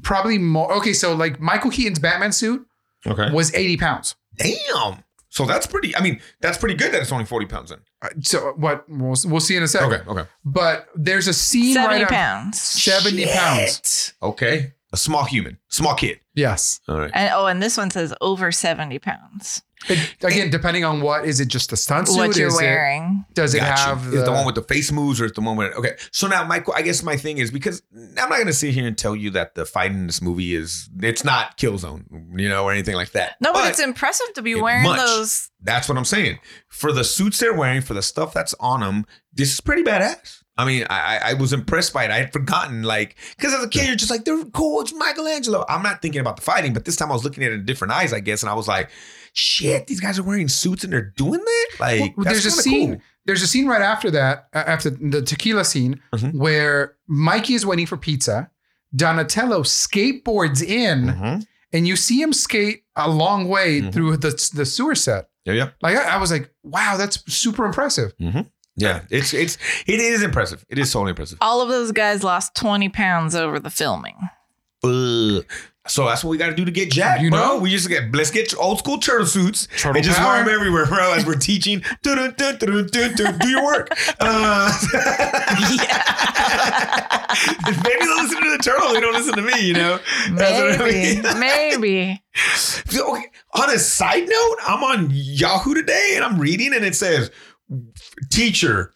probably more. Okay, so like Michael Keaton's Batman suit Okay. was 80 pounds. Damn. So that's pretty. I mean, that's pretty good that it's only 40 pounds in. Uh, So what we'll, we'll see in a second. Okay. Okay. But there's a scene Seventy right on- pounds. 70 pounds. Shit. Okay. A small human, small kid. Yes. All right. And oh, and this one says over seventy pounds. It- again, depending on what is it just a stunt suit? what you're Is it- wearing. does it Gotcha. have is it the one with the face moves or is it the one with okay? So now, Michael, I guess my thing is because I'm not gonna sit here and tell you that the fight in this movie is it's not kill zone, you know, or anything like that. No, but, it's impressive to be it wearing much. those. That's what I'm saying. For the suits they're wearing, for the stuff that's on them, this is pretty badass. I mean, I, I- I was impressed by it. I had forgotten, like, because as a kid, you're just like, they're cool. It's Michelangelo. I'm not thinking about the fighting, but this time I was looking at it in different eyes, I guess, and I was like, shit, these guys are wearing suits and they're doing that. Like, Well, that's there's kinda a scene. cool. There's a scene right after that, uh, after the tequila scene, Mhm. where Mikey is waiting for pizza. Donatello skateboards in Mhm. and you see him skate a long way through the the sewer set. Yeah, yeah, Like I, I was like, wow, that's super impressive. yeah. It's it's it is impressive. It is totally impressive. All of those guys lost 20 pounds over the filming. Ugh. So that's what we got to do to get jacked, You you bro. know? Know? We just get let's get old school turtle suits Turtle and just power. wear them everywhere, bro. As we're teaching, <laughs> Dun, dun, dun, dun, dun, dun, do your work. <laughs> Uh, <laughs> Maybe they'll listen to the turtle. They don't listen to me, you know. <laughs> That's what I Maybe, mean. <laughs> maybe. Okay, On a side note, I'm on Yahoo today and I'm reading and it says teacher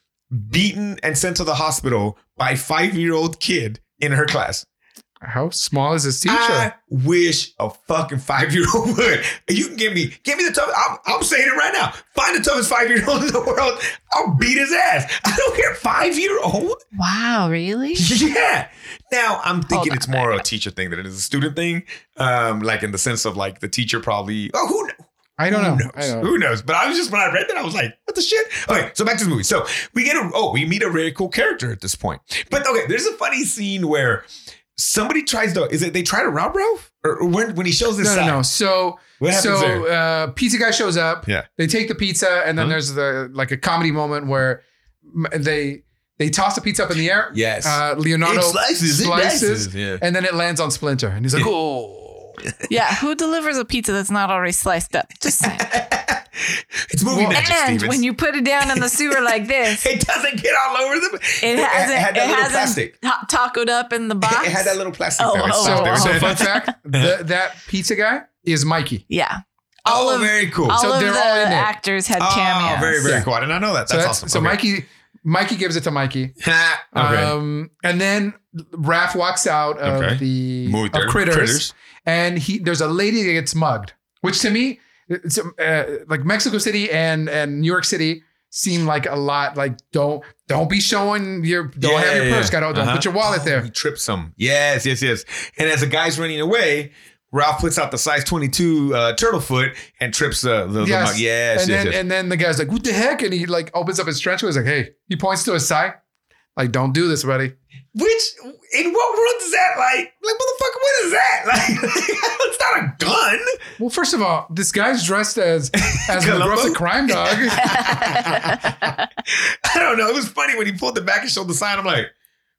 beaten and sent to the hospital by five year old kid in her class. How small is his teacher? I wish a fucking five year old <laughs> would. You can give me, give me the toughest. I'm, I'm saying it right now. Find the toughest five year old <laughs> in the world. I'll beat his ass. I don't care. Five year old. Wow, <laughs> really? Yeah. Now I'm thinking on. it's more a teacher thing than it is a student thing. Um, like in the sense of like the teacher probably. Oh, who? kn- I don't Who know. knows? I don't know. Who knows? But I was just when I read that, I was like, what the shit? Okay, so back to the movie. So we get a oh, we meet a very cool character at this point. But okay, there's a funny scene where somebody tries to is it they try to rob Ralph? Or, or when when he shows his No, side. no, no. So, What happens so there? uh, pizza guy shows up. Yeah. They take the pizza, and then Huh? there's the like a comedy moment where m- they they toss the pizza up in the air. Yes. Uh, Leonardo It slices, it slices, yeah. and then it lands on Splinter, and he's like, "Oh, Yeah, who delivers a pizza that's not already sliced up? <laughs> Just saying. <laughs> It's movie magic, and Stevens. when you put it down in the <laughs> sewer like this, it doesn't get all over the it hasn't, had that it, little hasn't plastic. ta- tacoed up in the box. <laughs> It had that little plastic Oh, thing. It's oh, not So, there. oh, so fun fact: the, that pizza guy is Mikey. yeah. All <laughs> Oh, of- very cool. All So of the they're all in it. actors had cameos. Oh, very, very Yeah. cool. I did not know that. That's, So that's, awesome. so Okay. Mikey, Mikey gives it to Mikey. Ha, <laughs> okay. Um, and then Raph walks out of Okay. the Movie of theater. critters, Critters. and he there's a lady that gets mugged, which to me, it's, uh, like Mexico City and and New York City seem like a lot. Like don't don't be showing your don't Yeah, have your yeah, purse. yeah. Got don't Uh-huh. put your wallet there. He trips him. Yes, yes, yes. And as the guy's running away, Ralph puts out the size 22 uh, turtle foot and trips uh, the, the Yes. mug. Yes, yes, and then yes. and then the guy's like, "What the heck?" And he like opens up his trench. He's like, "Hey," he points to his side, like, "Don't do this, buddy." Which, in what world is that like? Like, motherfucker, what is that? <laughs> Like, it's not a gun. Well, first of all, this guy's dressed <laughs> as as an Columbo? <laughs> aggressive crime dog. I don't know. It was funny when he pulled it back and showed the sign. I'm like,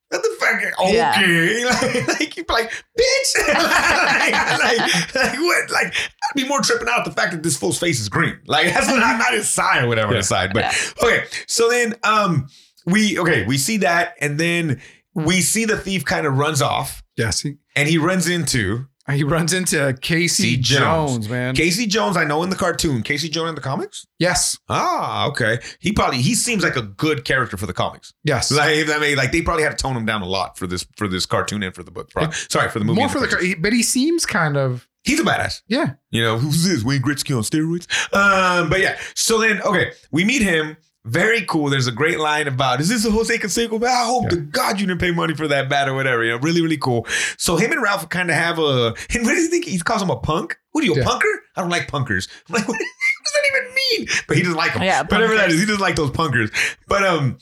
what the fuck? Okay. Yeah. Like, <laughs> like, you're like, bitch. <laughs> like, like, like, what? Like, I'd be more tripping out the fact that this fool's face is green. Like, that's what I'm not his sign or whatever his sign. But okay. So then um we okay, we see that, and then we see the thief kind of runs off yes, he, and he runs into he runs into See Casey Jones. Jones, man. Casey Jones, I know in the cartoon. Casey Jones in the comics? yes, Ah, okay. He probably he seems like a good character for the comics. yes. Like, if that made, like they probably had to tone him down a lot for this for this cartoon and for the book. Pro- Sorry for the movie. More and for the, cartoon. car- he- but he seems kind of He's a badass. yeah. You know who's this? Wayne Gretzky on steroids. Um, but yeah. So then, okay, we meet him. Very cool. There's a great line about is this a Jose Canseco? bat? I hope to God you didn't pay money for that bat or whatever. You know, really, really cool. So him and Ralph kind of have a. <laughs> And what does he think? He calls him a punk. What are you, a Yeah. punker? I don't like punkers. <laughs> I'm like, what, does that even mean? But he doesn't like them. <laughs> Yeah, whatever that punkers. is, he doesn't like those punkers. But um,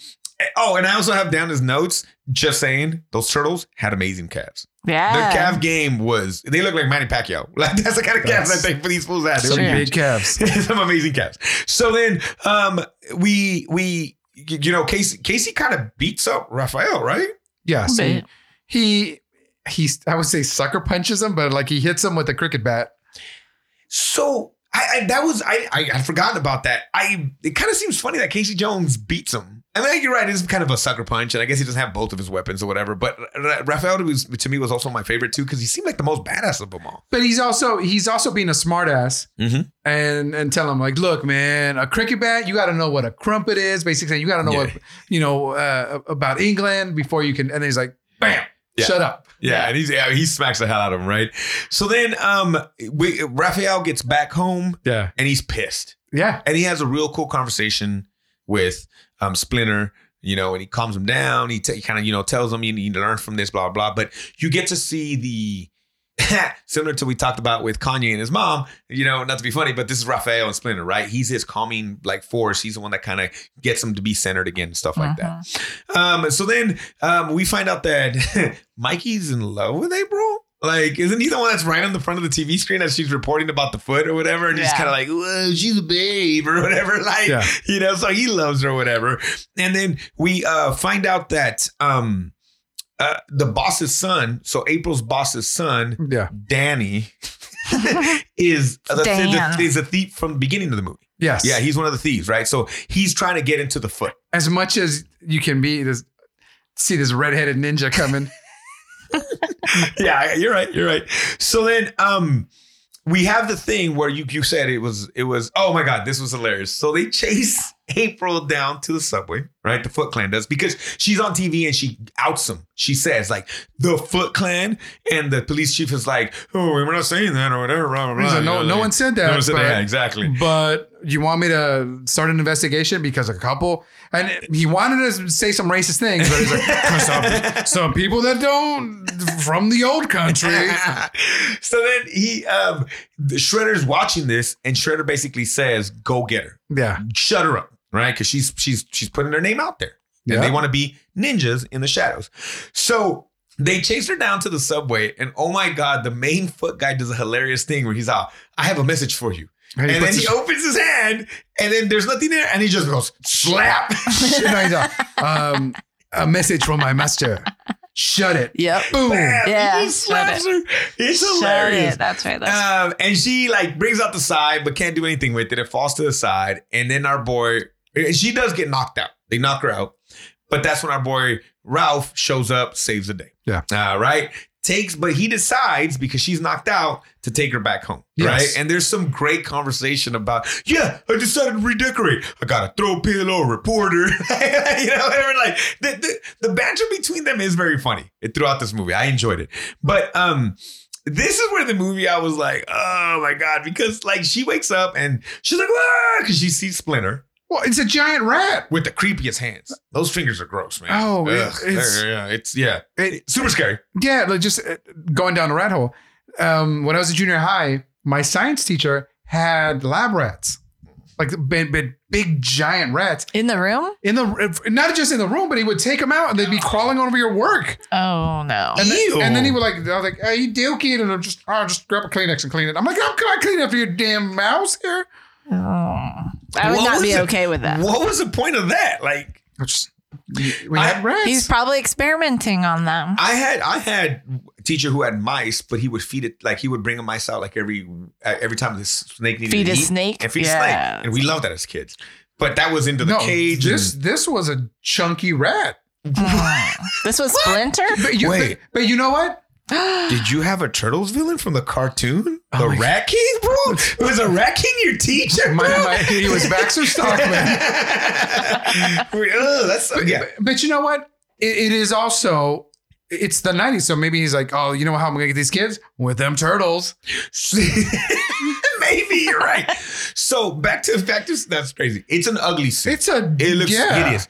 oh, and I also have down his notes. Just saying, those turtles had amazing calves. yeah. Their calf game was they look like Manny Pacquiao. <laughs> Like that's the kind of calves I That's- think for these fools had. They Some were big calves. huge. <laughs> Some amazing calves. So then um we we you know Casey Casey kind of beats up Raphael, right? Yeah, so Bit. he he I would say sucker punches him, but like he hits him with a cricket bat. So I, I that was I I had forgotten about that. I it kind of seems funny that Casey Jones beats him. I mean, you're right. It's kind of a sucker punch, and I guess he doesn't have both of his weapons or whatever. But Ra- Raphael to me- to me was also my favorite too because he seemed like the most badass of them all. But he's also he's also being a smartass Mhm. and and tell him like, look, man, a cricket bat, you got to know what a crumpet is. Basically, you got to know Yeah. what you know uh, about England before you can. And then he's like, bam, Yeah. shut up. Yeah, and he's yeah, he smacks the hell out of him, right? So then um we, Raphael gets back home Yeah, and he's pissed. yeah. And he has a real cool conversation with um Splinter, you know, and he calms him down. He, t- he kind of, you know, tells him you need to learn from this, blah, blah, blah. But you get to see the <laughs> similar to we talked about with Kanye and his mom, you know, not to be funny, but this is Raphael and Splinter, right? He's his calming like force. He's the one that kind of gets him to be centered again and stuff like Mm-hmm. that. <laughs> Um, so then um, we find out that Mikey's in love with April. Like, isn't he the one that's right on the front of the TV screen as she's reporting about the foot or whatever? And he's Yeah. kind of like, whoa, she's a babe <laughs> or whatever. Like, Yeah. you know, so he loves her or whatever. And then we uh, find out that um, uh, the boss's son, so April's boss's son, Yeah. Danny, <laughs> is, the, Dan. is a thief from the beginning of the movie. Yes. Yeah, he's one of the thieves, right? So he's trying to get into the foot. as much as you can be, this see this redheaded <laughs> ninja coming. yeah, you're right. You're right. So then, um, we have the thing where you you said it was it was oh my god, this was hilarious. So they chase <laughs> April down to the subway, right? The Foot Clan does because she's on TV and she outs them. She says like the Foot Clan, and the police chief is like, oh, we're not saying that or whatever. Blah, blah, blah. He's like, no, You know, no like, one said that. no one said but- that. Yeah, <laughs> exactly. <laughs> But you want me to start an investigation because a couple and he wanted to say some racist things, but he's like, "Cause <laughs> some, some people that don't from the <laughs> old country. so then he um Shredder's watching this and Shredder basically says, go get her. Yeah. shut her up, right? Because she's she's she's putting her name out there, and Yeah. they want to be ninjas in the shadows. So they chase her down to the subway, and oh my god, the main foot guy does a hilarious thing where he's out. I have a message for you. And he and then puts he his- opens his hand, and then there's nothing there, and he just goes slap. <laughs> No, he's like, um, a message from my master. Shut it. Yep. Boom. <laughs> Bam! Yeah, he just shut slaps her. It's Shut hilarious. it. That's right. That's Um, and she like brings out the side, but can't do anything with it. It falls to the side, and then our boy, and she does get knocked out. They knock her out, but that's when our boy Ralph shows up, saves the day. Yeah. uh, right. Takes, but he decides because she's knocked out to take her back home. Yes. Right. And there's some great conversation about, yeah, I decided to redecorate. I got a throw pillow, a reporter. <laughs> you know, whatever. Like the, the, the banter between them is very funny throughout this movie. I enjoyed it. But um, this is where the movie I was like, oh my god, because like she wakes up and she's like, ah, because she sees Splinter Well, it's a giant rat. with the creepiest hands. Those fingers are gross, man. Oh, it- Ugh, it's- yeah, it's yeah, It- super scary. Yeah, like just uh, going down a rat hole. Um, when I was in junior high, my science teacher had lab rats, like big, big, big giant rats in the room. in the not just in the room, but he would take them out and they'd be crawling all over your work. Oh no. And, Ew. Then, and then he would like, I was like, hey, you dookie, and I'm just, oh, just grab a Kleenex and clean it. I'm like, how can I clean up your damn mouse here? Oh. I would What not was be it? okay with that. What was the point of that? Like. I Just, we I- had rats. He's probably experimenting <laughs> on them. I had I had a teacher who had mice, but he would feed it like he would bring a mice out like every uh, every time this snake needed Feed to a eat, snake? and feed a Yeah. snake, and we loved that as kids. But that was into the no, cage. this and- this was a chunky rat. Mm. this was Splinter. But you, Wait. but, but you know what? did you have a turtles villain from the cartoon? the Rat King, bro. was a Rat King your teacher? My, bro? my, he was Baxter <laughs> Stockman. We- ugh, that's so, yeah. But, but you know what? It, it is also it's the 90s, so maybe he's like, oh, you know how I'm gonna get these kids with them turtles. <laughs> Maybe you're right. So back to back to that's crazy. It's an ugly suit. It's a It looks yeah. hideous.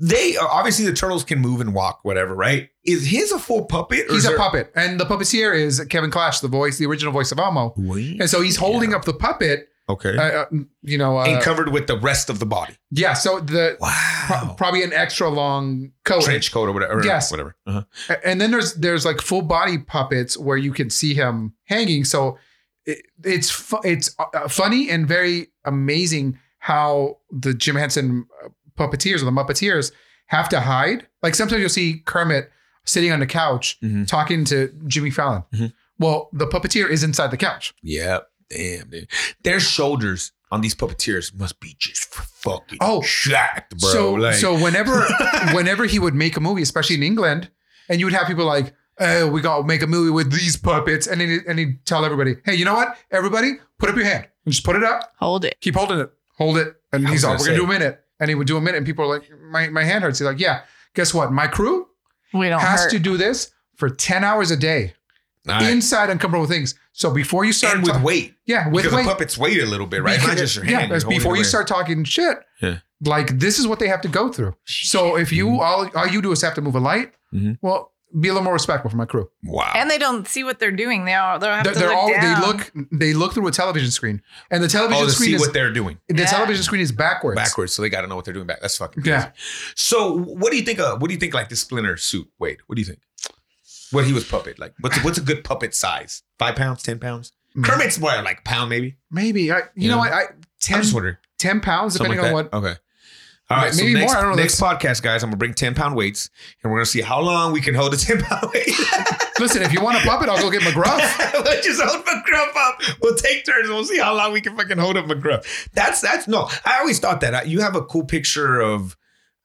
They are obviously the turtles can move and walk, whatever, right? Is his a full puppet? or He's is a there- puppet, and the puppeteer is Kevin Clash, the voice, the original voice of Elmo, Wait. and so he's holding up the puppet. Okay. Uh, uh, you know, and uh, covered with the rest of the body. yeah. So the pro- Wow. probably an extra long coat, Trench coat or whatever. or Yes. Whatever. Uh-huh. A- and then there's there's like full body puppets where you can see him hanging. So it, it's fu- it's uh, uh, funny and very amazing how the Jim Henson uh, puppeteers or the Muppeteers have to hide. Like sometimes you'll see Kermit sitting on the couch Mhm. talking to Jimmy Fallon. Mhm. Well, the puppeteer is inside the couch. Yeah. Damn, dude. Their shoulders on these puppeteers must be just fucking Oh. jacked, bro. so like, so <laughs> whenever whenever he would make a movie, especially in England, and you would have people like, "Oh, we got to make a movie with these puppets," and then he- and he'd tell everybody, "Hey, you know what? Everybody, put up your hand and just put it up. Hold it. Keep holding it. Hold it." And I was he's like, gonna "We're gonna say. do a minute," and he would do a minute, and people are like, "My my hand hurts." He's like, "Yeah, guess what? My crew We don't has hurt. to do this." For 10 hours a day, all right. inside uncomfortable things. So before you start and with ta- weight. yeah, with Because weight, the puppets weight a little bit, right? because- Not just your yeah, hand. that's you're holding before the you weight. start talking shit, Yeah. Mm-hmm. like this is what they have to go through. So if you all all you do is have to move a light, Mhm. well, be a little more respectful for my crew. Wow. and they don't see what they're doing. They all they'll have They're, to they're look all down. they look they look through a television screen, and the television oh, to screen see is what they're doing. the Yeah. television screen is backwards. backwards, so they got to know what they're doing back. That's fucking crazy. Yeah. So, what do you think? Of, what do you think? Like this Splinter suit? Wait, what do you think? what he was puppet like? What's what's a good puppet size? Five pounds, ten pounds? Mm-hmm. Kermit's more like pound maybe. Maybe I, you Yeah. know what? I I'm 10, just wondering. 10 pounds Something depending on like what. that. Okay. All right, so Maybe more, next, I don't know. Next podcast, guys, I'm gonna bring 10 pound weights and we're gonna see how long we can hold the 10 pound <laughs> weight. Listen, if you want a puppet, I'll go <laughs> get McGruff. Let's just hold McGruff up. We'll take turns. We'll see how long we can fucking hold up McGruff. That's that's no. I always thought that I, you have a cool picture of.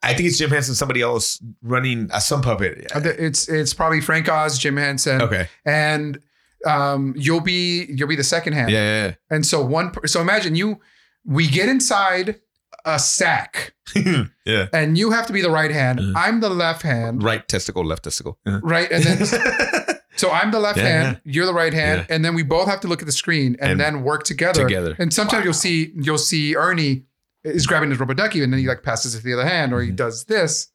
I think it's Jim Henson, somebody else running a sun puppet. Uh, it's it's probably Frank Oz, Jim Henson, Okay. and um, you'll be you'll be the second hand. Yeah, yeah, And so one, per- so imagine you, we get inside a sack, yeah. Yeah. and you have to be the right hand. Mhm. I'm the left hand, Right testicle, left testicle. Uh-huh. Yeah. right? <laughs> And then So I'm the left Yeah, hand, you're the right hand, Yeah. and then we both have to look at the screen and, And then work together. together. And sometimes you'll see you'll see Ernie is grabbing his rubber ducky and then he like passes it to the other hand or Mm-hmm. he does this.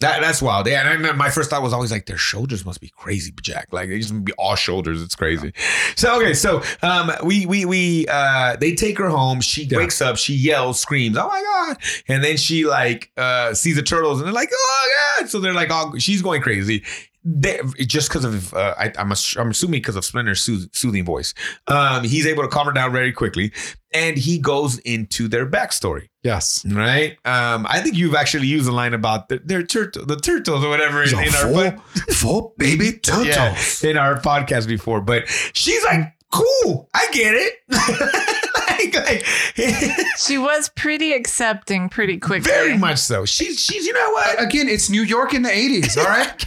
That that's wild. Yeah, and I, my first thought was always like their shoulders must be crazy, Jack. Like they just must be all shoulders. It's crazy. So okay, so um, we we we uh, they take her home. She wakes up. She yells, screams, "Oh my god!" And then she like uh, sees the turtles, and they're like, "Oh god!" So they're like, "All she's going crazy." They, just because of uh, I, I'm ass- I'm assuming because of Splinter's sooth- soothing voice, um, he's able to calm her down very quickly, and he goes into their backstory Yes. right? Um, I think you've actually used the line about the, their turtle, the turtles or whatever in, in our four, pod- four baby turtles. <laughs> yeah, in our podcast before. But she's like, "Cool, I get it." <laughs> like, like, <laughs> She was pretty accepting pretty quickly. very much so. She's she's you know <laughs> what? <laughs> Again, it's New York in the 80s, all right?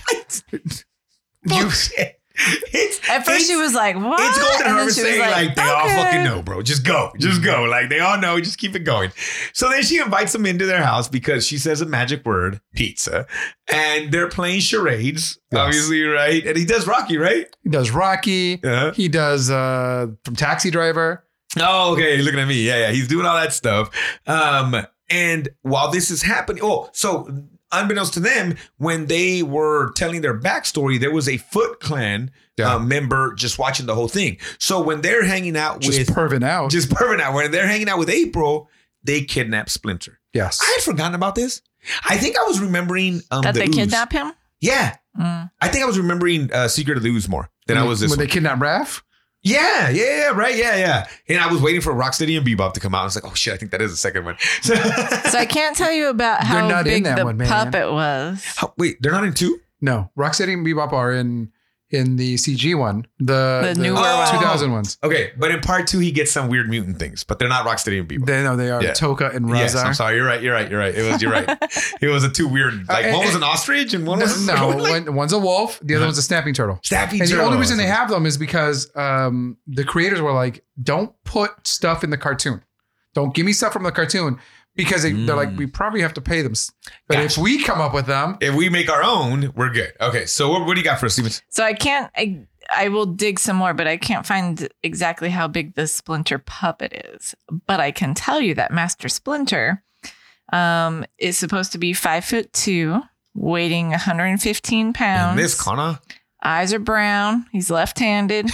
Bullshit. It's, At first, she it's- was like, "What?" It's Golden and then Harvest she was saying like, they all "Okay." fucking know, bro. Just go, just go. Like they all know. Just keep it going. So then she invites them into their house because she says a magic word, pizza, and they're playing charades, Yes. obviously, right? And he does Rocky, right? He does Rocky. Yeah. He does uh from Taxi Driver. Oh, okay. Looking at me. Yeah, yeah. He's doing all that stuff. Um, and while this is happening, oh, so unbeknownst to them, when they were telling their backstory, there was a Foot Clan Yeah. uh, member just watching the whole thing. So when they're hanging out Just with perving <laughs> out. just perfect now, when they're hanging out with April, they kidnap Splinter. yes. I had forgotten about this. I think I was remembering um, that the they ooze. kidnap him. Yeah, Mm. I think I was remembering uh, Secret of the Ooze more than I When- was this Mm-hmm. when one. they kidnap Raph. Yeah, yeah, yeah, right, yeah, yeah. And I was waiting for Rocksteady and Bebop to come out. I was like, oh shit, I think that is the second one. <laughs> So, So I can't tell you about They're how not in big that the one, man. puppet was. How- wait, they're not in two? No, Rocksteady and Bebop are in in the CG one, the, The newer one. 2000 ones. Okay, but in part two, he gets some weird mutant things, but they're not Rocksteady and Bebop. They no, they are Oh. Yeah. Toka and Razar. Yes, I'm sorry. You're right. You're right. You're right. It was. You're <laughs> right. It was a two weird. Like Uh, one eh, was an ostrich and one was <laughs> No, no, like, one, one's a wolf, the Uh-huh. other one's a snapping turtle. snappy. And the turtle only or reason they something. have them is because um, the creators were like, "Don't put stuff in the cartoon. Don't give me stuff from the cartoon." Because they, they're like, Mm. we probably have to pay them. s- But Gotcha. if we come up with them, If we make our own, we're good. Okay, so what, what do you got for us, Stevens? So I can't. I I will dig some more, but I can't find exactly how big this Splinter puppet is. But I can tell you that Master Splinter um, is supposed to be five foot two, weighing 115 pounds. Miss Connor. Eyes are brown. <laughs> He's left-handed.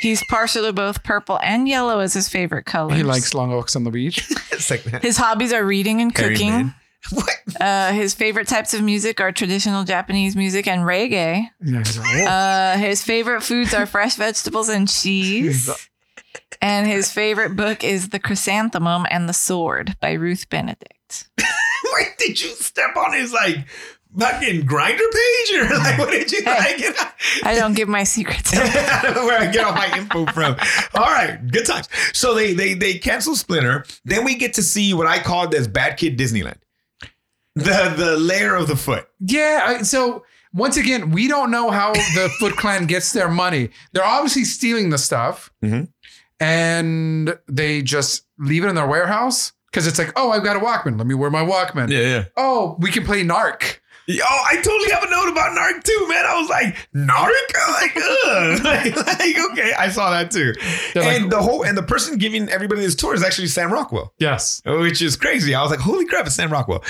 He's partial to both purple and yellow as his favorite colors. he likes long walks on the beach. It's like that. His hobbies are reading and Harry <laughs> cooking. Mann. <laughs> What? Uh, his favorite types of music are traditional Japanese music and reggae. Yeah, he's like, "Oh." Uh, his favorite foods are fresh vegetables and cheese. And his favorite book is The Chrysanthemum and the Sword by Ruth Benedict. Why did you step on his like fucking grinder page or <laughs> like what did you like? I don't give my <laughs> secrets. away. I don't know where I get all my info from. All right, good times. So they they they cancel Splinter. Then we get to see what I called as Bad Kid Disneyland. The the layer of the foot. Yeah. I, so once again, we don't know how the Foot Clan gets their money. They're obviously stealing the stuff, Mhm. and they just leave it in their warehouse because it's like, oh, I've got a Walkman. Let me wear my Walkman. yeah. Oh, we can play Narc. Oh, I totally have a note about Narc too, man. I was like, Narc? I'm like, ugh. <laughs> like, like, okay, I saw that too. They're like- and the whole and the person giving everybody this tour is actually Sam Rockwell. Yes. which is crazy. I was like, holy crap, it's Sam Rockwell.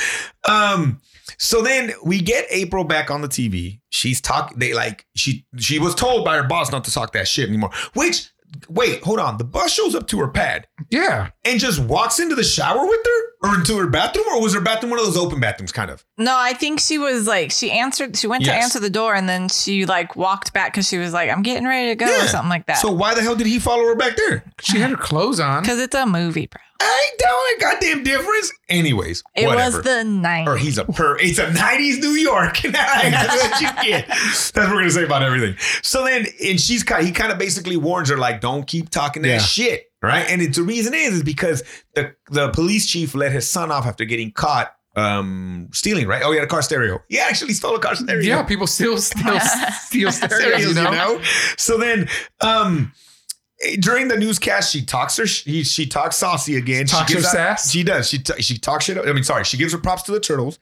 Um, so then we get April back on the TV. She's talk. They like she she was told by her boss not to talk that shit anymore. Which wait, hold on. The bus shows up to her pad Yeah. and just walks into the shower with her or into her bathroom, or was her bathroom one of those open bathrooms, kind of? No, I think she was like she answered. She went Yes. to answer the door and then she like walked back because she was like, "I'm getting ready to go" Yeah. or something like that. So why the hell did he follow her back there? She had her clothes on. Because it's a movie, bro. I don't a goddamn difference. Anyways, It whatever. was the night. or he's a per. It's a '90s New York. <laughs> That's what you get. That's what we're gonna say about everything. So then, and she's kind. He kind of basically warns her, like, don't keep talking that Yeah. shit, right? And it's, the reason is, is because the the police chief let his son off after getting caught um stealing. Right? Oh, he had a car stereo. He actually stole a car stereo. Yeah, people still still steal Serious, stereos, you know? So then, um, during the newscast, she talks her he, she talks saucy again. Talks she gives her out- sass? She does. She t- she talks shit. I mean, sorry. She gives her props to the turtles,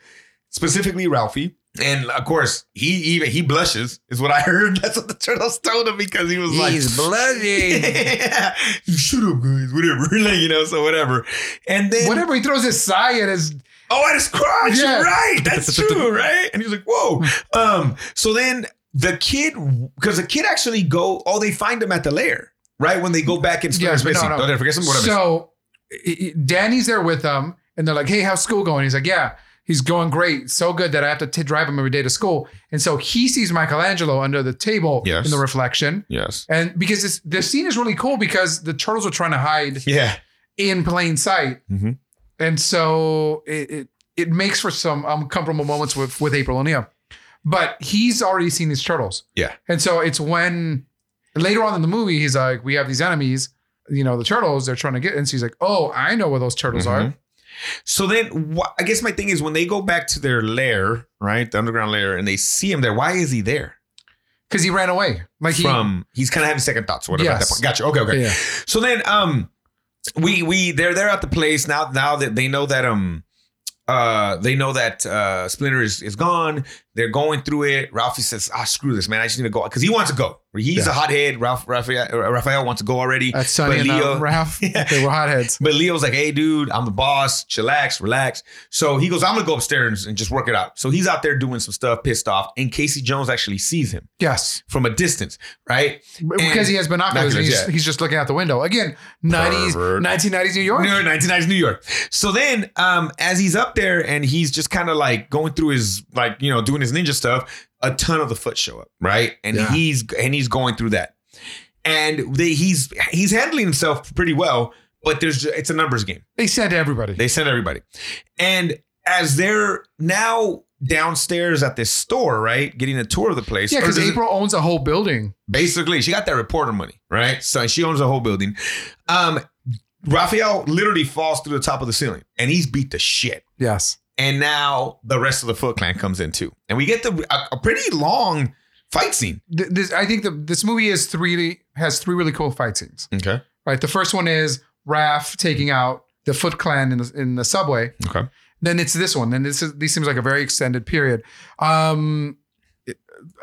specifically Ralphie. And of course, he even he blushes is what I heard. <laughs> That's what the turtles told him because he was like, bloody. <laughs> yeah, "Shut up, guys, whatever." <laughs> like, you know, so whatever. And then Whatever he throws his sigh at his Oh, at his crotch. Yeah. You're right. <laughs> That's true, right? And he's like, whoa. Um, so then the kid, because the kid actually go, oh, they find him at the lair, right? When they go back and Yeah, start but no, missing. no. Don't forget some whatever. So i- i- Danny's there with them, and they're like, "Hey, how's school going?" He's like, "Yeah, he's going great, so good that I have to t- drive him every day to school." And so he sees Michelangelo under the table Yes. in the reflection, yes. and because this the scene is really cool because the turtles are trying to hide Yeah. in plain sight, Mhm. and so it, it it makes for some uncomfortable moments with with April O'Neil, but he's already seen these turtles, Yeah. and so it's when later on in the movie he's like, we have these enemies, you know, the turtles they're trying to get, and she's like, oh, I know where those turtles Mm-hmm. are. So then, wh- I guess my thing is when they go back to their lair, right, the underground lair, and they see him there. Why is he there? Because he ran away, like he, From he's kind of having second thoughts, or whatever. At that Yes. point. Gotcha. Okay. Okay. <laughs> yeah, So then, um, we we they're they're at the place now. Now that they know that um, uh, they know that uh, Splinter is is gone. They're going through it. Ralphie says, "Ah, screw this, man. I just need to go because he wants to go. He's Yeah. a hothead. Ralph Raphael, uh, Raphael wants to go already. that's Sonny But and uh, Leo- Ralph. <laughs> Yeah. They were hotheads. But Leo's like, hey, dude, I'm the boss. Chillax, relax. So he goes, I'm gonna go upstairs and just work it out. So he's out there doing some stuff, pissed off, and Casey Jones actually sees him Yes, from a distance, right? because he has binoculars. and Binoculars, he's, yeah. he's just looking out the window again. Nineties, Pervert. nineteen nineties New York. New York, 1990s New York. So then, um, as he's up there and he's just kind of like going through his like you know doing his ninja stuff, a ton of the foot show up, right? And Yeah. he's and he's going through that, and they, he's he's handling himself pretty well, but there's ju- it's a numbers game. They sent everybody. They send everybody, and as they're now downstairs at this store, right, getting a tour of the place. yeah, or because does it- April owns a whole building. basically she got that reporter money right so she owns the whole building um raphael literally falls through the top of the ceiling and he's beat the shit Yes. and now the rest of the foot clan comes in too and we get the a, a pretty long fight scene Th- this I think the, this movie is three has three really cool fight scenes. okay Right, the first one is Raph taking out the Foot Clan in the, in the subway. okay Then it's this one. Then this is this seems like a very extended period. Um,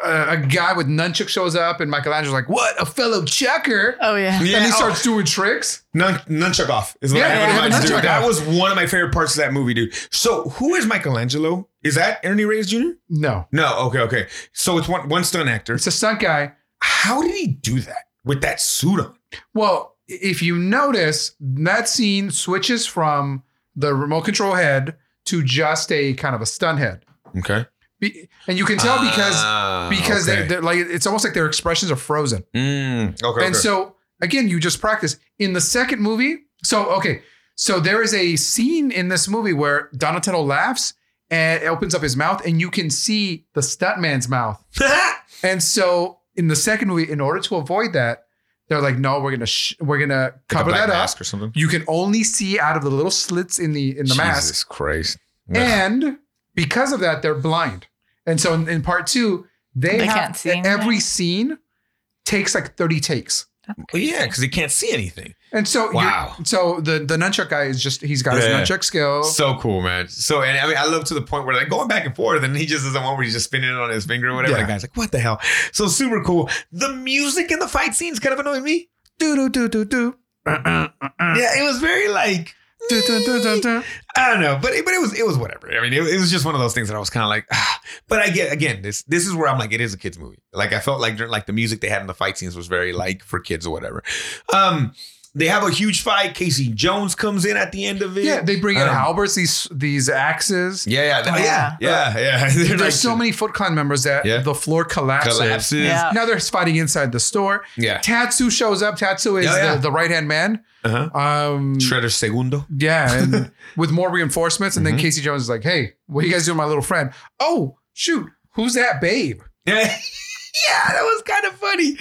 a, a guy with nunchuck shows up, and Michelangelo's like, "What a fellow <laughs> checker!" oh yeah. yeah and he oh, starts doing tricks. nun, nunchuck off is what Yeah, I yeah, what yeah, I- dude, nunchuck that off. was one of my favorite parts of that movie dude so who is michelangelo is that ernie reyes jr No, no okay okay so it's one one stunt actor it's a stunt guy. how did he do that with that suit on Well, i- if you notice, that scene switches from the remote control head to just a kind of a stunt head, okay Be- and you can tell because Ah, because okay. they're, they're like it's almost like their expressions are frozen. Mm, okay. And so again, you just practice in the second movie. So okay, so there is a scene in this movie where Donatello laughs and opens up his mouth, and you can see the stuntman's mouth. <laughs> And so in the second movie, in order to avoid that, they're like, no, we're gonna sh- we're gonna cover that up. or something. You can only see out of the little slits in the in the mask. Jesus Christ. And because of that, they're blind. And so in, in part two, they, They have, e-, can't see anything. every scene takes like 30 takes. Well, yeah, because he can't see anything. And so, Wow. you're- so the, the nunchuck guy is just, he's got his Yeah. nunchuck skill. So cool, man. So and I mean, I love to the point where like going back and forth, and he just does the one where he's just spinning it on his finger or whatever. Yeah. The guy's like, "What the hell?" So super cool. The music in the fight scenes kind of annoyed me. do, do, do, do, do. Yeah, it was very like. Dun, dun, dun, dun, dun. I don't know, but it, but it was it was whatever. I mean, it, it was just one of those things that I was kind of like, ah. but I get again this this is where I'm like, it is a kids movie. Like I felt like during, like the music they had in the fight scenes was very like for kids or whatever. Um, they have a huge fight. Casey Jones comes in at the end of it. Yeah, they bring out Um, halberds, these these axes. Yeah, yeah, th- yeah, yeah, yeah. <laughs> There's so many Foot Clan members that Yeah. the floor collapses. collapses. Yeah. Now they're fighting inside the store. Yeah. Tatsu shows up. Tatsu is Yeah, Oh, yeah. the, the right hand man. Uh-huh. Um, Shredder Segundo. <laughs> yeah, and with more reinforcements. And Mm-hmm. then Casey Jones is like, hey, what you guys doing, my little friend? Oh, shoot, who's that babe? Yeah, yeah, that was kind of funny.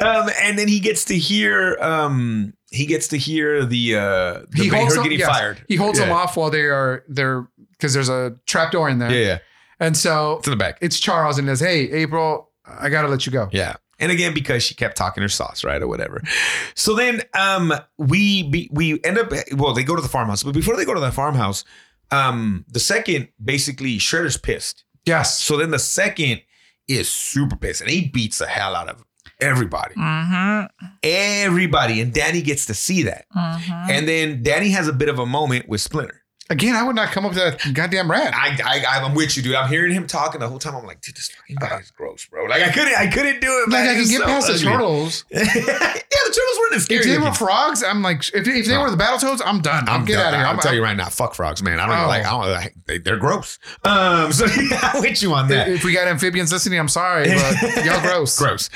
Um, and then he gets to hear um, he gets to hear the uh, the he ba- holds her them, getting yes. fired. He holds yeah. them off while they are they're because there's a trap door in there. Yeah, yeah, And so it's in the back. it's Charles and says, Hey, April, I gotta let you go. Yeah. And again, because she kept talking her sauce, right, or whatever. So then, um, we be, we end up. Well, they go to the farmhouse, but before they go to the farmhouse, um, the second basically Shredder's pissed. Yes. So then the second is super pissed, and he beats the hell out of everybody, Mm-hmm. everybody, and Danny gets to see that. Mm-hmm. And then Danny has a bit of a moment with Splinter. Again, I would not come up to that goddamn rant. I, I, I'm with you, dude. I'm hearing him talking the whole time. I'm like, dude, this fucking guy is gross, bro. Like I couldn't, I couldn't do it. Like man. I can It's get so past the ugly. turtles. <laughs> yeah, the turtles weren't as scary. If they were looking. frogs, I'm like, if, if they No. were the battle toads, I'm done. I'm, get done. out of here. I'll I'm, tell you right now, fuck frogs, man. I don't Oh. like. I don't like. They, they're gross. Um, <laughs> so yeah, I'm with you on that. If we got amphibians listening, I'm sorry, <laughs> but y'all gross. gross.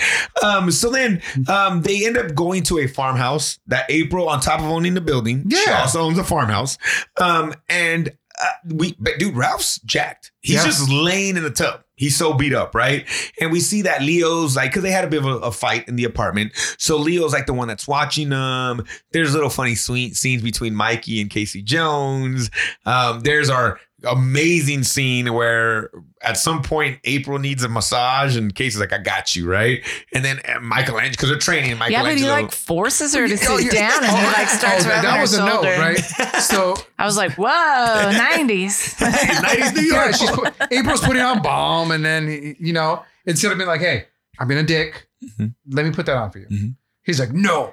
Um, so then um, they end up going to a farmhouse that April, on top of owning the building, she Yeah. also owns a farmhouse. Um, and uh, we, but dude, Ralph's jacked. He's Yeah. just laying in the tub. He's so beat up, right? And we see that Leo's like, because they had a bit of a, a fight in the apartment. So Leo's like the one that's watching them. There's little funny sweet scenes between Mikey and Casey Jones. Um, there's our amazing scene where at some point April needs a massage and Casey's like, I got you, right? And then uh, Michelangelo, because they're training Yeah, Michelangelo. but he <laughs> like <laughs> forces her to sit Oh, yeah. down and <laughs> he Oh, like starts oh, rubbing That her was a shoulder. no, right? So 90s. I was like, <laughs> whoa, nineties. 90s New yeah, York. she's put, April's putting on balm, and then you know, instead of being like, "Hey, I'm being a dick, let me put that on for you," he's like, "No."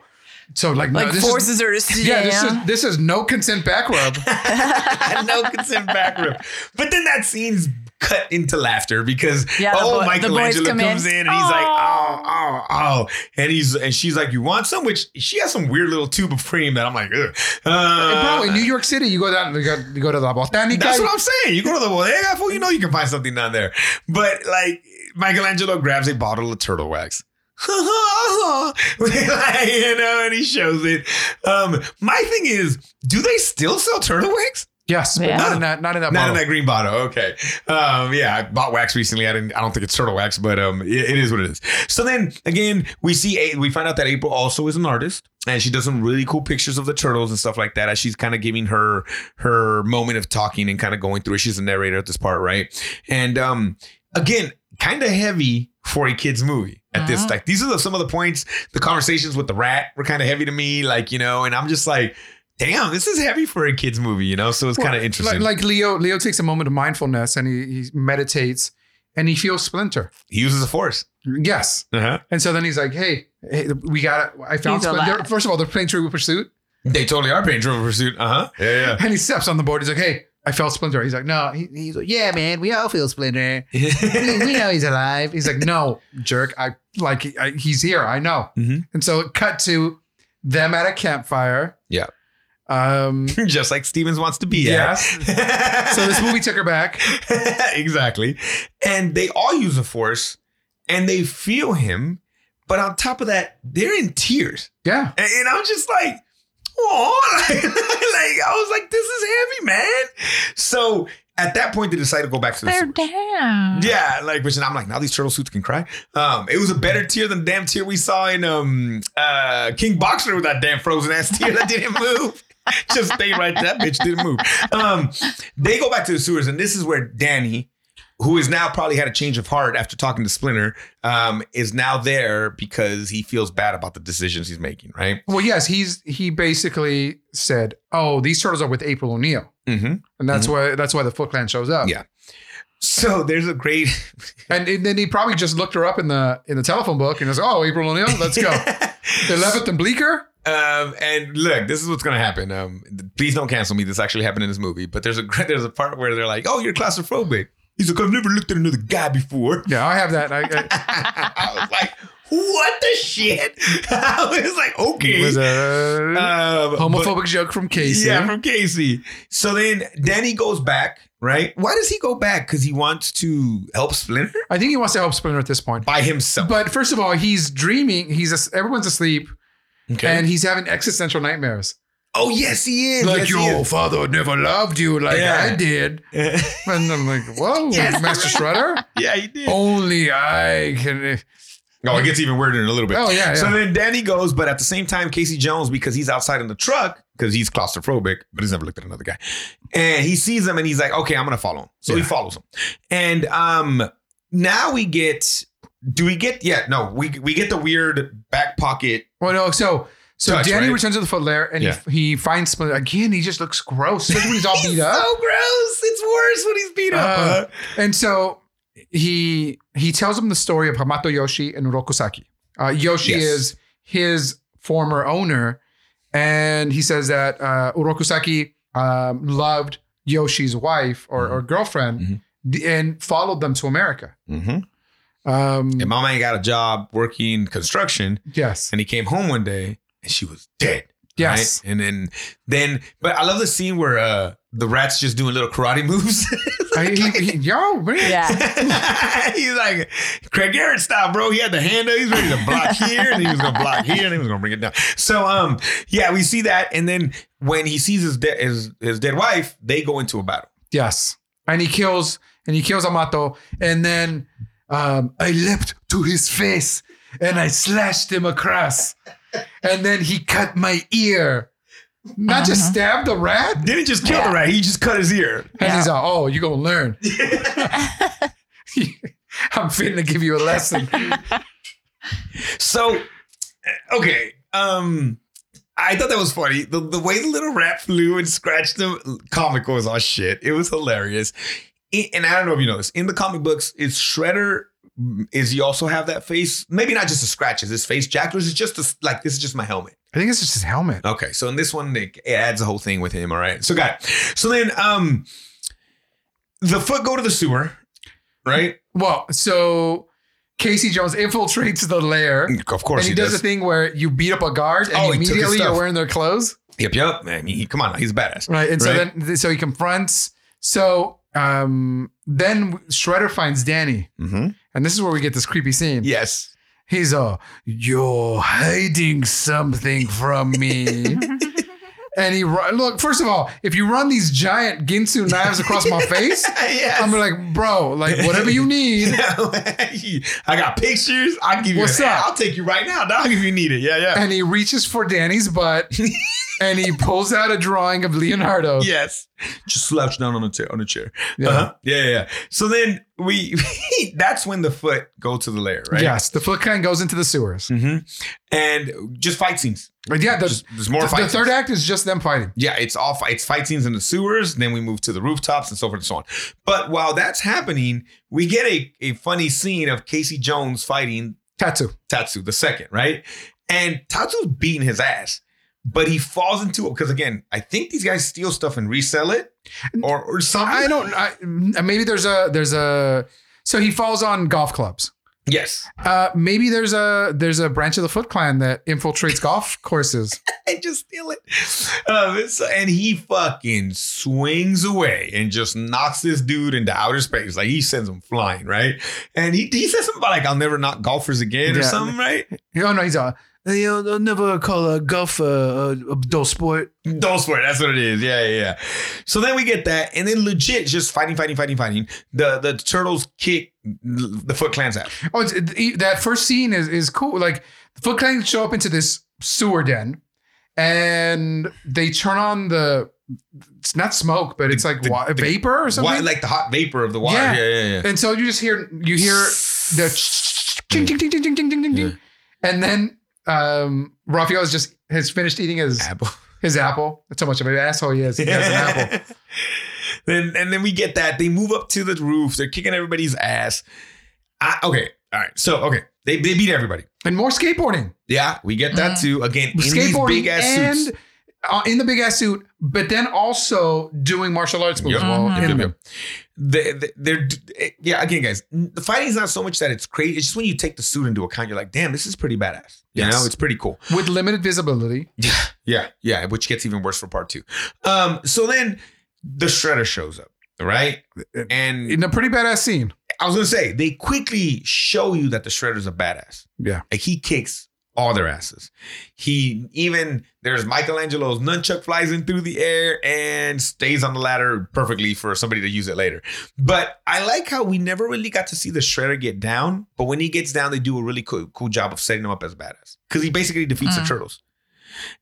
So like, no, like this forces is, her to sit yeah, this down. is this is no consent <laughs> back rub. Uh, no consent back room. But then that scene's cut into laughter because Yeah, the oh boy- the boys Michelangelo come in. comes in, and he's like oh oh oh and he's and she's like you want some which she has some weird little tube of cream that I'm like Ugh. And Uh, bro, in New York City, you go down, you go, you go to the botanica. That's what I'm saying. You go to the bodega, fool, you know you can find something down there. But like Michelangelo grabs a bottle of turtle wax. <laughs> Like, you know, and he shows it. Um, my thing is, do they still sell turtle wax? yes, but Yeah. not in that, not in that. Not bottle. in that green bottle. Okay. Um, yeah, I bought wax recently. I didn't. I don't think it's turtle wax, but um, it- it is what it is. So then again, we see a, we find out that April also is an artist, and she does some really cool pictures of the turtles and stuff like that. As she's kind of giving her her moment of talking and kind of going through it. She's a narrator at this part, right? And um, again, kind of heavy for a kids movie at this. Mhm. Like these are the, some of the points. The conversations with the rat were kind of heavy to me, like you know, and I'm just like. Damn, this is heavy for a kids movie, you know. So it's Well, kind of interesting. Like, like Leo, Leo takes a moment of mindfulness and he, he meditates, and he feels splinter. He uses the force. Yes, Uh-huh. and so then he's like, "Hey, hey we got. I found He's splinter." alive. First of all, they're playing Trivial Pursuit. They totally are paying Triple Pursuit. Uh huh. Yeah, yeah. And he steps on the board. He's like, "Hey, I felt Splinter." He's like, "No." He, he's like, "Yeah, man, we all feel Splinter. we, we know he's alive." He's like, "No, jerk. I like I, he's here. I know." Mhm. And so it cut to them at a campfire. Yeah. <laughs> Um. Just like Stevens wants to be. at. <laughs> Yes. so this movie took her back. exactly. And they all use the force, and they feel him. But on top of that, they're in tears, Yeah. and, and I'm just like, oh, <laughs> like, I was like, this is heavy, man. So at that point, they decide to go back to the They're sewers. down. Yeah, like which, and I'm like, now these turtle suits can cry. Um, it was a better tear than the damn tear we saw in um uh King Boxer with that damn frozen ass tear that didn't move. <laughs> Just stayed right there. That bitch didn't move. Um, they go back to the sewers, and this is where Danny, who is now probably had a change of heart after talking to Splinter, um, is now there because he feels bad about the decisions he's making, right? Well, yes. He's he basically said, "Oh, these turtles are with April O'Neil," Mm-hmm. and that's why that's why the Foot Clan shows up. Yeah. So there's a great And, and then he <laughs> probably just looked her up in the in the telephone book and was, "Oh, April O'Neil, let's go." they left it to Bleecker. Um, and look, this is what's gonna happen. Um, th- please don't cancel me. This actually happened in this movie, but there's a <laughs> there's a part where they're like, "Oh, you're claustrophobic." He's like, "I've never looked at another guy before." <laughs> Yeah, I have that. I, I, I was like, "What the shit?" <laughs> I was like, "Okay." it <laughs> was a Um, but- homophobic joke from Casey. yeah, from Casey. So then Danny goes back, right? Why does he go back? Because he wants to help Splinter I think he wants to help Splinter at this point. by himself. But first of all, he's dreaming. He's as- everyone's asleep, Okay. and he's having existential nightmares. oh yes, he is. yes, Like he your is. father never loved you like Yeah. I did, and I'm like, whoa, Master Shredder. <laughs> yeah, he Oh. did. Only I can. Oh, it gets even weirder in a little bit. Oh yeah, yeah. So then Danny goes, but at the same time, Casey Jones, because he's outside in the truck, because he's claustrophobic, but he's never looked at another guy. And he sees him and he's like, okay, I'm gonna follow him. So he Yeah. follows him. And um now we get do we get yeah, no, we we get the weird back pocket. well, no. So so Touch, Danny right? returns to the footlair, and Yeah. he, he finds Splinter again. He just looks gross, especially when <laughs> he's all beat up. So gross. It's worse when he's beat up. Uh, and so he he tells him the story of Hamato Yoshi and Rokusaki. Uh, Yoshi Yes. is his former owner, and he says that uh, Urokusaki um, loved Yoshi's wife or, or girlfriend and followed them to America. Mhm. Um, And my man got a job working construction, yes. and he came home one day and she was dead. Yes. Right? And then then but I love the scene where uh the rat's just doing little karate moves. <laughs> I, he, he, yo, man. Yeah. he's like Craig Garrett style, bro. He had the hand up. He's ready to block here, and he was gonna block here, and he was gonna bring it down. So, um, yeah, we see that, and then when he sees his dead his, his dead wife, they go into a battle. Yes. And he kills and he kills Amato. And then um, I leapt to his face and I slashed him across. And then he cut my ear. Not just stabbed the rat. Didn't just kill Yeah. the rat; he just cut his ear. And he's like, oh, you're gonna learn. <laughs> I'm fitting to give you a lesson. So, eh, okay, um. I thought that was funny. The, the way the little rat flew and scratched him, comical as all shit. It was hilarious. I- and I don't know if you know this. In the comic books, is Shredder? mm, Is he also have that face? Maybe not just the scratches. His face jacklers is just a, like this is just my helmet. I think it's just his helmet. Okay, so in this one, they, it adds a whole thing with him. All right, so got it. So then, um, the foot go to the sewer, right? Well, so Casey Jones infiltrates the lair. Of And course he, does, a thing where you beat up a guard and Oh, he took his immediately you're stuff. wearing their clothes. Yep, yep. I mean, he, come on, he's a badass. Right. And so Right. then, th- so he confronts. So um, then Shredder finds Danny. Mm-hmm. And this is where we get this creepy scene. Yes. He's all, You're hiding something from me. and he, run, look, first of all, if you run these giant Ginsu knives across my face, yes. <laughs> I'm like, Bro, like, whatever you need. I got pictures. I'll give you. What's an- up? I'll take you right now, dog, if you need it. Yeah, <laughs> yeah. And he reaches for Danny's butt and he pulls out a drawing of Leonardo. yes. Just slouch down on a chair. On a chair. Yeah. Uh-huh. Yeah, yeah, yeah. So then we. <laughs> that's when the foot go to the lair, right? Yes. The foot kind goes into the sewers. hmm And just fight scenes. But yeah, the, Just, there's more the- fight the third scenes. act is just them fighting. Yeah, it's all fi- it's fight scenes in the sewers. Then we move to the rooftops and so forth and so on. But while that's happening, we get a, a funny scene of Casey Jones fighting Tattoo. Tatsu the second, right? And Tatsu's beating his ass, but he falls into it because again, I think these guys steal stuff and resell it or, or something. I don't. I, m- maybe there's a there's a. So he falls on golf clubs. Yes, Uh, maybe there's a there's a branch of the Foot Clan that infiltrates golf courses. and just steal it. Um, it's- and he fucking swings away and just knocks this dude into outer space. Like he sends him flying, right? And he, he says something about like I'll never knock golfers again or Yeah. something, right? Oh no, he's a. I'll never call a golf a, a dull sport. Don't swear. That's what it is. Yeah, yeah, yeah. So then we get that, and then legit just fighting, fighting, fighting, fighting. The the turtles kick the Foot Clan's ass. Oh, it's, it- that first scene is is cool. Like the Foot Clan show up into this sewer den, and they turn on the. It's not smoke, but it's like the- wa- the- vapor or something. Why, like the hot vapor of the water. Yeah. Yeah, yeah, yeah. And so you just hear you hear <laughs> the ching ching ching ching ching ching ching ching, ching. and then um Raphael is just has finished eating his Apple. his apple. That's how much of an asshole he is. <laughs> He <laughs> has an apple. then and then we get that they move up to the roof. They're kicking everybody's ass. I, okay, all right. So okay, they they beat everybody. and more skateboarding. Yeah, we get that too. Again, in these Mm. skateboarding big ass and suits. Uh, in the big ass suit, but then also doing martial arts moves Yep. while Yep, in yep, them. yep. They- they- They're, eh, yeah. Again, guys, the fighting's not so much that it's crazy. It's just when you take the suit into account, you're like, damn, this is pretty badass. You Yes. know, it's pretty cool. with limited visibility. Yeah, <laughs> yeah, yeah. Which gets even worse for part two. Um, so then the shredder shows up, right? And In a pretty badass scene. I was gonna say they quickly show you that the shredder's a badass. Yeah. Like he kicks all their asses. He even there's Michelangelo's nunchuck flies in through the air and stays on the ladder perfectly for somebody to use it later. But I like how we never really got to see the shredder get down, but when he gets down, they do a really cool, cool job of setting him up as a badass. Because he basically defeats the Mm. turtles.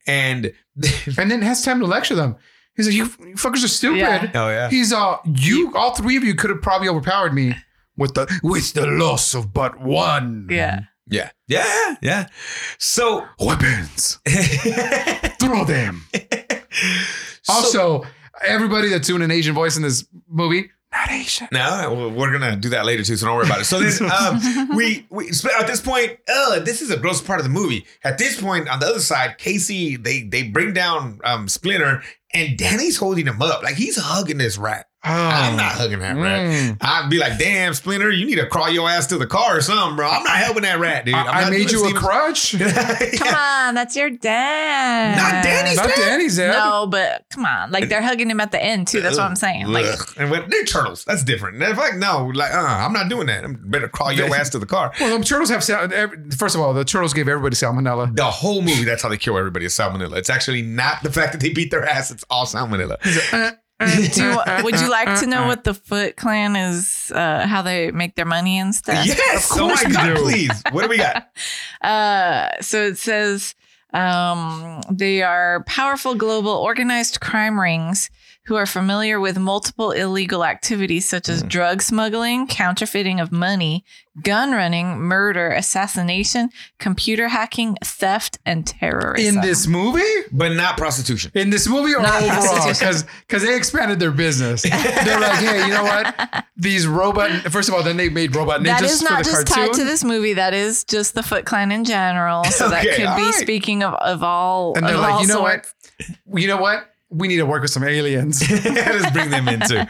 And <laughs> And then has time to lecture them. He's like, you, you fuckers are stupid. Yeah. Oh yeah. He's uh you all three of you could have probably overpowered me with the with the loss of but one Yeah. Yeah. Yeah. Yeah. So <laughs> weapons. Throw them. Also, everybody that's doing an Asian voice in this movie, not Asian. No, well, we're gonna do that later too, so don't worry about it. So <laughs> this, um, we, we at this point, uh, this is a gross part of the movie. At this point, on the other side, Casey, they they bring down um, Splinter, and Danny's holding him up like he's hugging this rat. I'm not hugging that rat. oh. Mm. I'd be like, damn, Splinter, you need to crawl your ass to the car or something, bro. I'm not helping that rat, dude. I'm I, I not made doing you a Steven- <laughs> crutch. Not <laughs> Come on, that's your dad. Not Danny's dad. Danny's dad. No, but come on. Like they're hugging him at the end too. That's what I'm saying. Like Ugh. and when, they're turtles. That's different. And if I no, like, uh, I'm not doing that. I'm better crawl your ass to the car. Well, the turtles have sal- every- first of all, the turtles gave <laughs> everybody salmonella. The whole movie, that's how they kill everybody is salmonella. It's actually not the fact that they beat their ass, it's all salmonella. do you, would you like to <laughs> know what the Foot Clan is uh how they make their money and stuff? yes! Oh my we god, do. please. What do we got? Uh, so it says um, they are powerful global organized crime rings who are familiar with multiple illegal activities such Hmm. as drug smuggling, counterfeiting of money, gun running, murder, assassination, computer hacking, theft, and terrorism. In this movie? But not prostitution. <laughs> in this movie Oh, or Not overall because prostitution. they expanded their business they're like hey you know what these robot first of all then they made robot ninjas that is for not the just cartoon tied to this movie. That is just the Foot Clan in general. So Okay, that could be alright. speaking of, of all. and they're of like all you know sorts. what you know what we need to work with some aliens Let's bring them in too.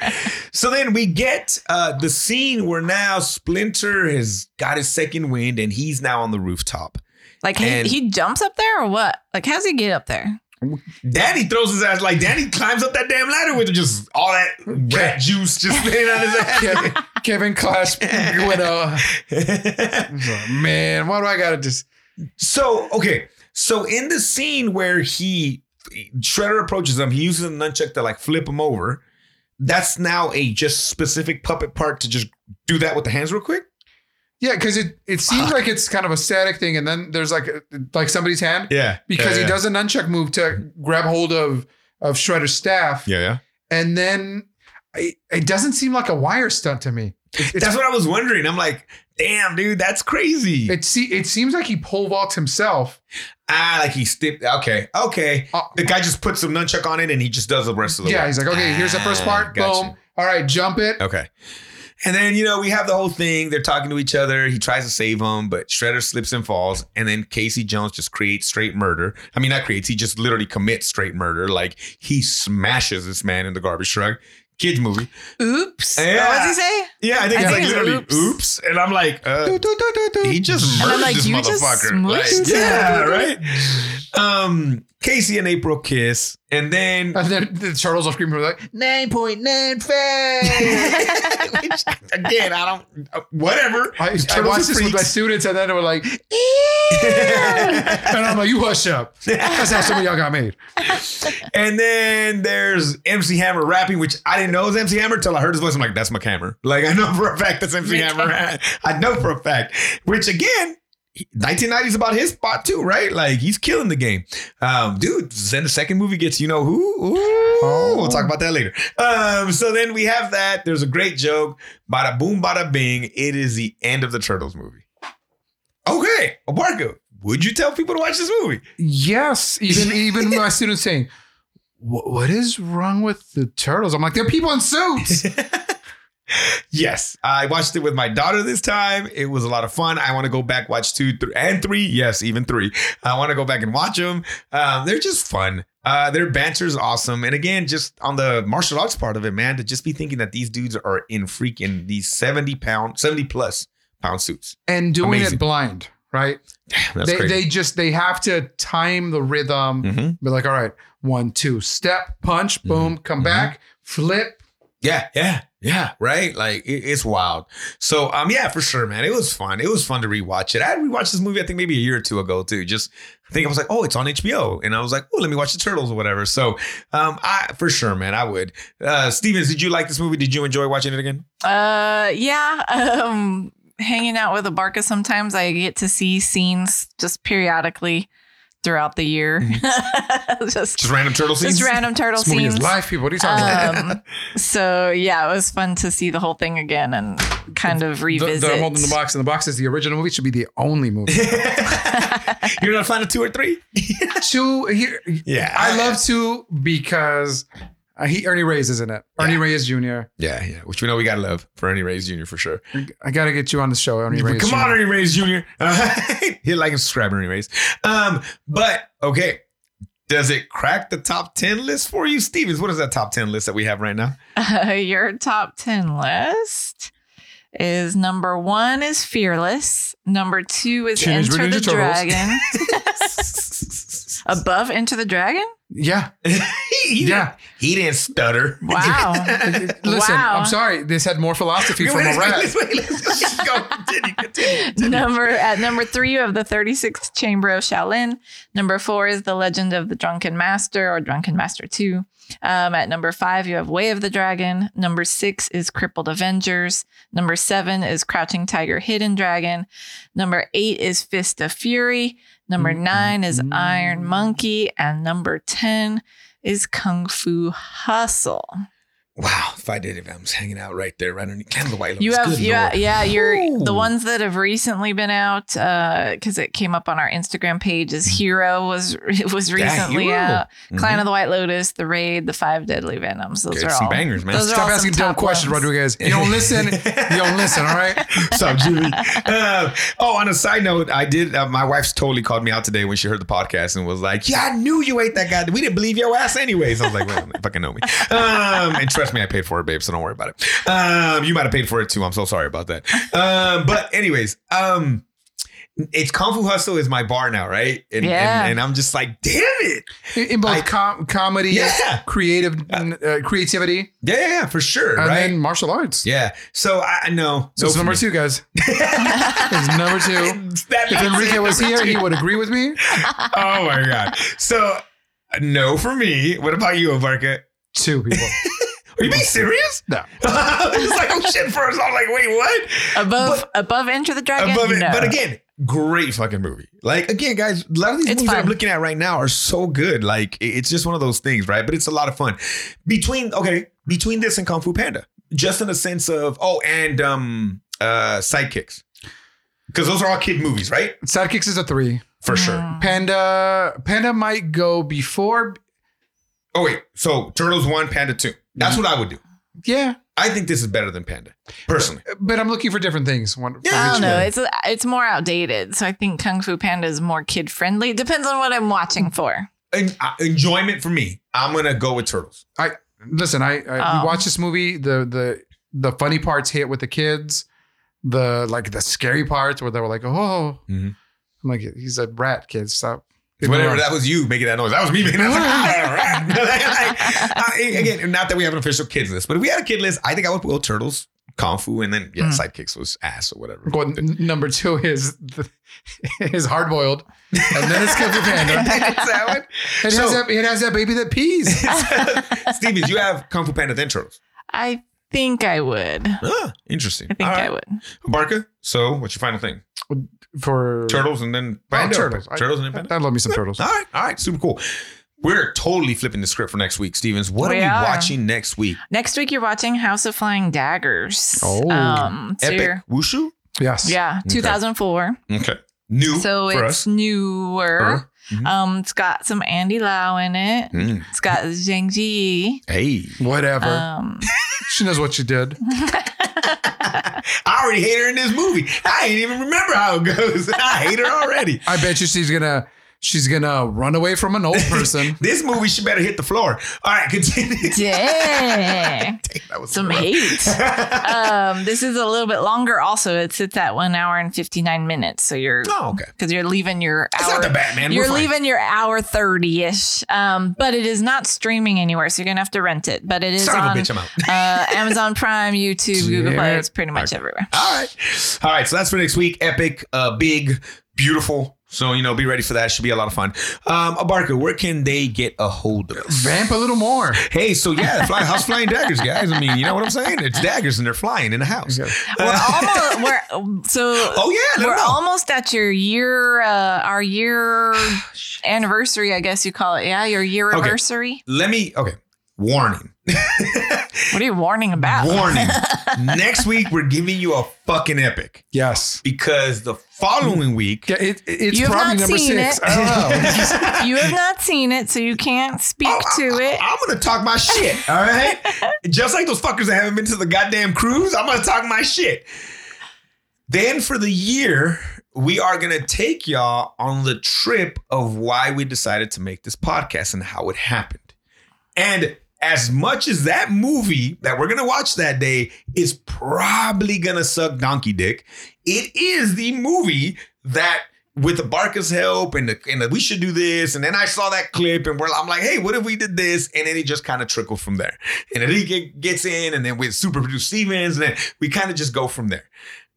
So then we get uh, the scene where now Splinter has got his second wind and he's now on the rooftop. Like he, And- he jumps up there or what? Like how's he get up there? Danny throws his ass like Danny climbs up that damn ladder with just all that rat juice just laying on his ass. <laughs> kevin, kevin clash with a man why do i gotta just So okay, so in the scene where he Shredder approaches him, he uses a nunchuck to like flip him over. That's now a just specific puppet part to just do that with the hands real quick. yeah because it, it seems like it's kind of a static thing and then there's like a- like somebody's hand Yeah, because yeah, he does an uncheck move to grab hold of of shredder's staff Yeah, yeah. and then it, it doesn't seem like a wire stunt to me. It, That's it's, what I was wondering. I'm like, damn, dude, that's crazy. it, se- it seems like he pole vaults himself. ah, like he stepped. Okay, okay. Uh, The guy just puts some nunchuck on it and he just does the rest of the yeah, work. he's like, okay, here's the first Ah, part. gotcha. Boom. All right, jump it. Okay. And then, you know, we have the whole thing. They're talking to each other. He tries to save him, but Shredder slips and falls. And then Casey Jones just creates straight murder. I mean, not creates, he just literally commits straight murder. Like he smashes this man in the garbage truck. Kids movie. Oops. Yeah. What does he say? Yeah, I think I it's think like it's literally oops. oops. And I'm like, uh, he just And murdered I'm like, this you just motherfucker. Like, smushed yeah, him. right. <laughs> Um, Casey and April kiss, and then <laughs> And then the turtles are screaming like, nine point nine five. Which, again, I don't. uh, Whatever. <laughs> I, I Turtles watched are this with my <laughs> freaks. students, and then they were like, "Ew." and I'm like, you hush up. That's how some of y'all got made. And then there's MC Hammer rapping, which I didn't know was MC Hammer until I heard his voice. I'm like, that's McHammer. Like, I know for a fact that's MC Hammer. <laughs> I know for a fact. Which again, 1990s about his spot too, right? Like, he's killing the game. Um, dude, then the second movie gets you know who? Ooh, We'll talk about that later. Um, so then we have that. There's a great joke. Bada boom, bada bing. It is the end of the Turtles movie. Okay, Marco, would you tell people to watch this movie? Yes, even even <laughs> my students saying, "Wha- "What is wrong with the turtles?" I'm like, "They're people in suits." Yes, I watched it with my daughter this time. It was a lot of fun. I want to go back watch two th- and three. Yes, even three. I want to go back and watch them. Um, they're just fun. Uh, their banter is awesome. And again, just on the martial arts part of it, man, to just be thinking that these dudes are in freaking these seventy pound, seventy plus pound suits. and doing Amazing. it blind, right? That's they, crazy. they just they have to time the rhythm. Mhm. Be like, all right, one, two, step, punch, boom, come Mhm. back, flip. Yeah, yeah, yeah. Right? Like it, it's wild. So um, yeah, for sure, man. It was fun. It was fun to rewatch it. I had rewatched this movie, I think maybe a year or two ago too. Just I think I was like, oh, it's on HBO, and I was like, oh, let me watch the Turtles or whatever. So um, I for sure, man, I would. Uh, Stevens, did you like this movie? Did you enjoy watching it again? Uh, yeah. <laughs> Um, hanging out with Abarca sometimes I get to see scenes just periodically throughout the year. Mm-hmm. <laughs> just, Just random turtle scenes. just random turtle This movie scenes. is live, people. What are you talking about? Um, <laughs> so yeah, it was fun to see the whole thing again and kind of The, revisit. the holding the box, and the box is the original movie. Should be the <laughs> only movie. <laughs> You're not a fan of two or three? two here. Yeah. I love two because uh, he Ernie Reyes is in it. Ernie Reyes Jr. Yeah, yeah. Which we know we gotta love for Ernie Reyes Jr. for sure. I gotta get you on the show, Ernie Reyes. Come on, Jr. Ernie Reyes Jr. <laughs> Hit like and subscribe, Ernie Reyes. Um, but okay, does it crack the top ten list for you, Stevens? What is that top ten list that we have right <laughs> now? <laughs> Uh, your top 10 list is number one is Fearless. Number two is Teenage Enter Mutant the Ninja Turtles. <laughs> Dragon. Above Enter the Dragon? Yeah, he, Yeah. he didn't stutter. <laughs> Wow. listen. Wow. I'm sorry. This had more philosophy from a <laughs> rat. Wait, wait, let's- let's go. Continue, continue, continue. <laughs> number at number three of the 36th Chamber of Shaolin. Number four is The Legend of the Drunken Master or Drunken Master 2. Um, at number five, you have Way of the Dragon. Number six is Crippled Avengers. Number seven is Crouching Tiger, Hidden Dragon. Number eight is Fist of Fury. Number nine is Iron Monkey. And number 10 is Kung Fu Hustle. Wow, if I did if I was hanging out right there, right underneath Candle White. You have, you yeah, yeah. You're the Ooh. ones that have recently been out because it came up on our Instagram page. As Hero was <laughs> was recently Mm-hmm. Hero. Mm-hmm. out. Clan of the White Lotus, The Raid, The Five Deadly Venoms. Those Okay, are some all bangers, man. Those are Stop all some asking dumb top questions, ones. Rodriguez. You don't listen. you don't listen. All right. <laughs> Stop, Jimmy. Uh, oh, on a side note, I did. Uh, my wife's totally called me out today when she heard the podcast and was like, "Yeah, I knew you ate that guy. We didn't believe your ass, anyways." I was like, "Well, fucking know me." Um, and trust me, I paid for it, babe. So don't worry about it. Um, you might have paid for it too. I'm so sorry about that. Um, but anyways, um, it's Kung Fu Hustle is my bar now, right? And, Yeah. and, and I'm just like, damn it. In, in both I- com- comedy, Yeah. creative, uh, creativity, Yeah, yeah, yeah, for sure, and right? then martial arts. yeah. So I I know. So it's for number me. two, guys. it's number two. <laughs> That If makes Enrique it was number here, two. he would agree with me. oh my god. So no for me. What about you, Avarka? Two people. Are you being serious? <laughs> No. it's like oh shit first. I'm like, wait, what? Above above Enter the Dragon. Above it. No. But again, great fucking movie. Like again, guys, a lot of these It's movies that I'm fun. looking at right now are so good. Like it- it's just one of those things, right? But it's a lot of fun. Between okay, between this and Kung Fu Panda, just in a sense of oh, and um uh sidekicks. Because those are all kid movies, right? Sidekicks is a three. For sure. Mm. Panda, Panda might go before. Oh wait, so Turtles one, Panda two. That's Mm-hmm. what I would do. Yeah, I think this is better than Panda, personally. but I'm looking for different things. One, from I each don't know. one. It's it's more outdated, so I think Kung Fu Panda is more kid friendly. It depends on what I'm watching for. En- uh, enjoyment for me, I'm gonna go with Turtles. Listen, I, I Oh. we watched this movie. The the the funny parts hit with the kids. The like the scary parts where they were like, oh, Mhm. I'm like, he's a rat, kid. Stop. Whatever that was, you making that noise. That was me making that. <laughs> noise. Like, I- again, not that we have an official kids list, but if we had a kid list, I think I would go Turtles, Kung Fu, and then yeah, Mm. Sidekicks was ass or whatever. <laughs> Well, n- number two is <laughs> is hard boiled, and then it's Kung Fu <laughs> Panda. It's that <laughs> one. It So- has that it has that baby that pees. Stevens, you have Kung Fu Panda then Turtles. I think I would. I Ah, interesting. think All I right. would. Barca. So, what's your final thing? For Turtles and then Oh, Panda. turtles. I- Turtles and then Panda. I love me some turtles. All right, all right, super cool. We're totally flipping the script for next week, Stevens. What are We we are. watching next week? Next week, you're watching House of Flying Daggers. Oh. um, so Epic you're- Wushu. Yes. Yeah, Okay. 2004. Okay, new So for it's us. newer. Her. Mhm. Um, it's got some Andy Lau in it. Mm. It's got Zhang Ji. Hey, Whatever. <laughs> Um, she knows what she did. I already hate her in this movie. I ain't even remember how it goes. <laughs> I hate her already. I bet you she's gonna she's gonna run away from an old <laughs> person. This movie, she better hit the floor. All right, <laughs> continue. Dang. That was Some rough. <laughs> hate. um, this is a little bit longer. Also, it's at that one hour and fifty nine minutes. So you're Oh, okay. because you're leaving your It's hour. not the Batman. We're You're fine. leaving your hour thirty ish, um, but it is not streaming anywhere, so you're gonna have to rent it. But it is Son of a on bitch, I'm out. uh, Amazon <laughs> Prime, YouTube, Google Play. Jared. It's pretty much everywhere. All right. All right. So that's for next week. Epic, uh, big, beautiful. So, you know, be ready for that. Should be a lot of fun. Um, Barker, where can they get a hold of us? Vamp a little more. Hey, so yeah, fly, house flying daggers, guys. I mean, you know what I'm saying? It's daggers and they're flying in the house. We're almost we're so Oh, yeah. let we're 'em know. almost at your year uh, our year anniversary, I guess you call it. Yeah, your year Okay. anniversary. Let me, okay. Warning. What are you warning about? Warning. Next week, we're giving you a fucking epic Yes. because the following week, Yeah, it, it- it's You have probably not number seen six. Oh. it. I don't know. <laughs> you have not seen it, so you can't speak to it. I'm gonna talk my shit. All right, just like those fuckers that haven't been to the goddamn cruise, I'm gonna talk my shit. Then for the year, we are gonna take y'all on the trip of why we decided to make this podcast and how it happened. And as much as that movie that we're gonna watch that day is probably gonna suck donkey dick, it is the movie that with the Barker's help and the, and the, we should do this. And then I saw that clip and we're, I'm like, hey, what if we did this? And then it just kind of trickled from there. And then he get, gets in and then with super producer Stevens and then we kind of just go from there.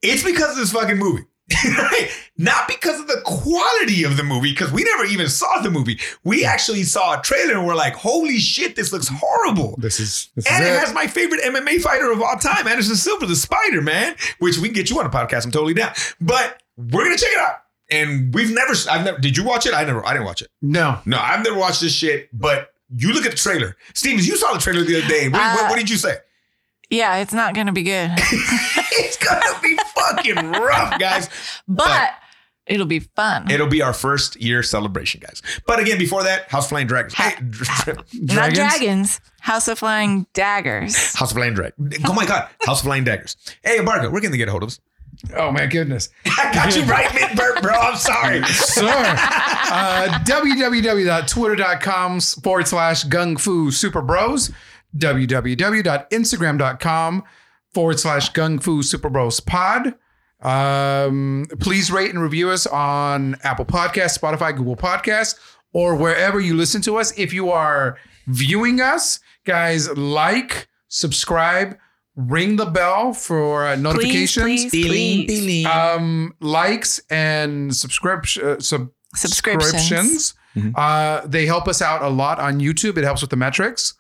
It's because of this fucking movie. <laughs> Right? Not because of the quality of the movie, because we never even saw the movie. We actually saw a trailer and we're like, holy shit, this looks horrible. <laughs> This is this And is it. it. has my favorite MMA fighter of all time, Anderson Silva, the Spider Man, which we can get you on a podcast. I'm totally down. But we're gonna check it out. And we've never, I've never. Did you watch it? I never. I didn't watch it. No. No, I've never watched this shit. But you look at the trailer, Stevens. You saw the trailer the other day. What, what- Uh, what did you say? Yeah, it's not gonna be good. <laughs> It's gonna be fucking rough, guys. But it'll be fun. It'll be our first year celebration, guys. But again, before that, House of Flying Dragons. Hey, <laughs> dr- Not Dragons? dragons. House of Flying Daggers. House of Flying Dragons. Oh my God, House of Flying Daggers. Hey, Barker, we're gonna get a hold of us. Oh my goodness. <laughs> I got you right <laughs> mid burp, bro. I'm sorry. Sir. uh, www.twitter.com forward slash gung fu super bros. www.instagram.com forward slash gung fu super bros pod. Um, please rate and review us on Apple Podcasts, Spotify, Google Podcasts, or wherever you listen to us. If you are viewing us, guys, like, subscribe, ring the bell for uh, Please, notifications please, please. um likes and subscription uh, sub- Subscriptions. subscriptions. Uh, they help us out a lot on YouTube. It helps with the metrics.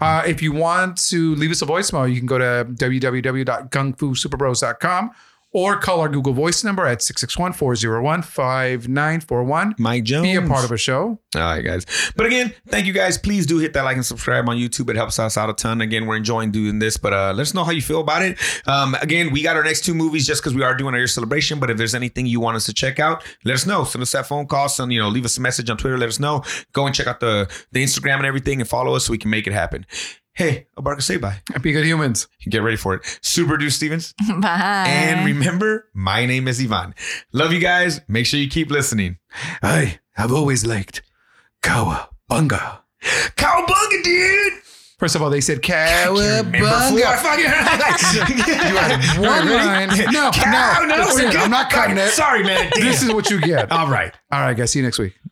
Uh, if you want to leave us a voicemail, you can go to www.gungfusuperbros.com or call our Google voice number at 661-401-5941. Mike Jones. Be a part of a show. All right, guys. But again, thank you guys. Please do hit that like and subscribe on YouTube. It helps us out a ton. Again, we're enjoying doing this, but uh, let us know how you feel about it. Um, again, we got our next two movies just because we are doing our year celebration. But if there's anything you want us to check out, let us know. Send us that phone call. Send you know, leave us a message on Twitter. Let us know. Go and check out the the Instagram and everything, and follow us so we can make it happen. Hey, Abarka, say bye. Be good humans. Get ready for it. Super Deuce Stevens. <laughs> Bye. And remember, my name is Ivan. Love you guys. Make sure you keep listening. I have always liked Kawabunga. Cowabunga, dude! First of all, they said <laughs> Remember Kawabunga. You had one line. No, no, Cow- no, Listen, we're good. I'm not cutting it. Sorry, man. Damn. This is what you get. all right. All right, guys. See you next week.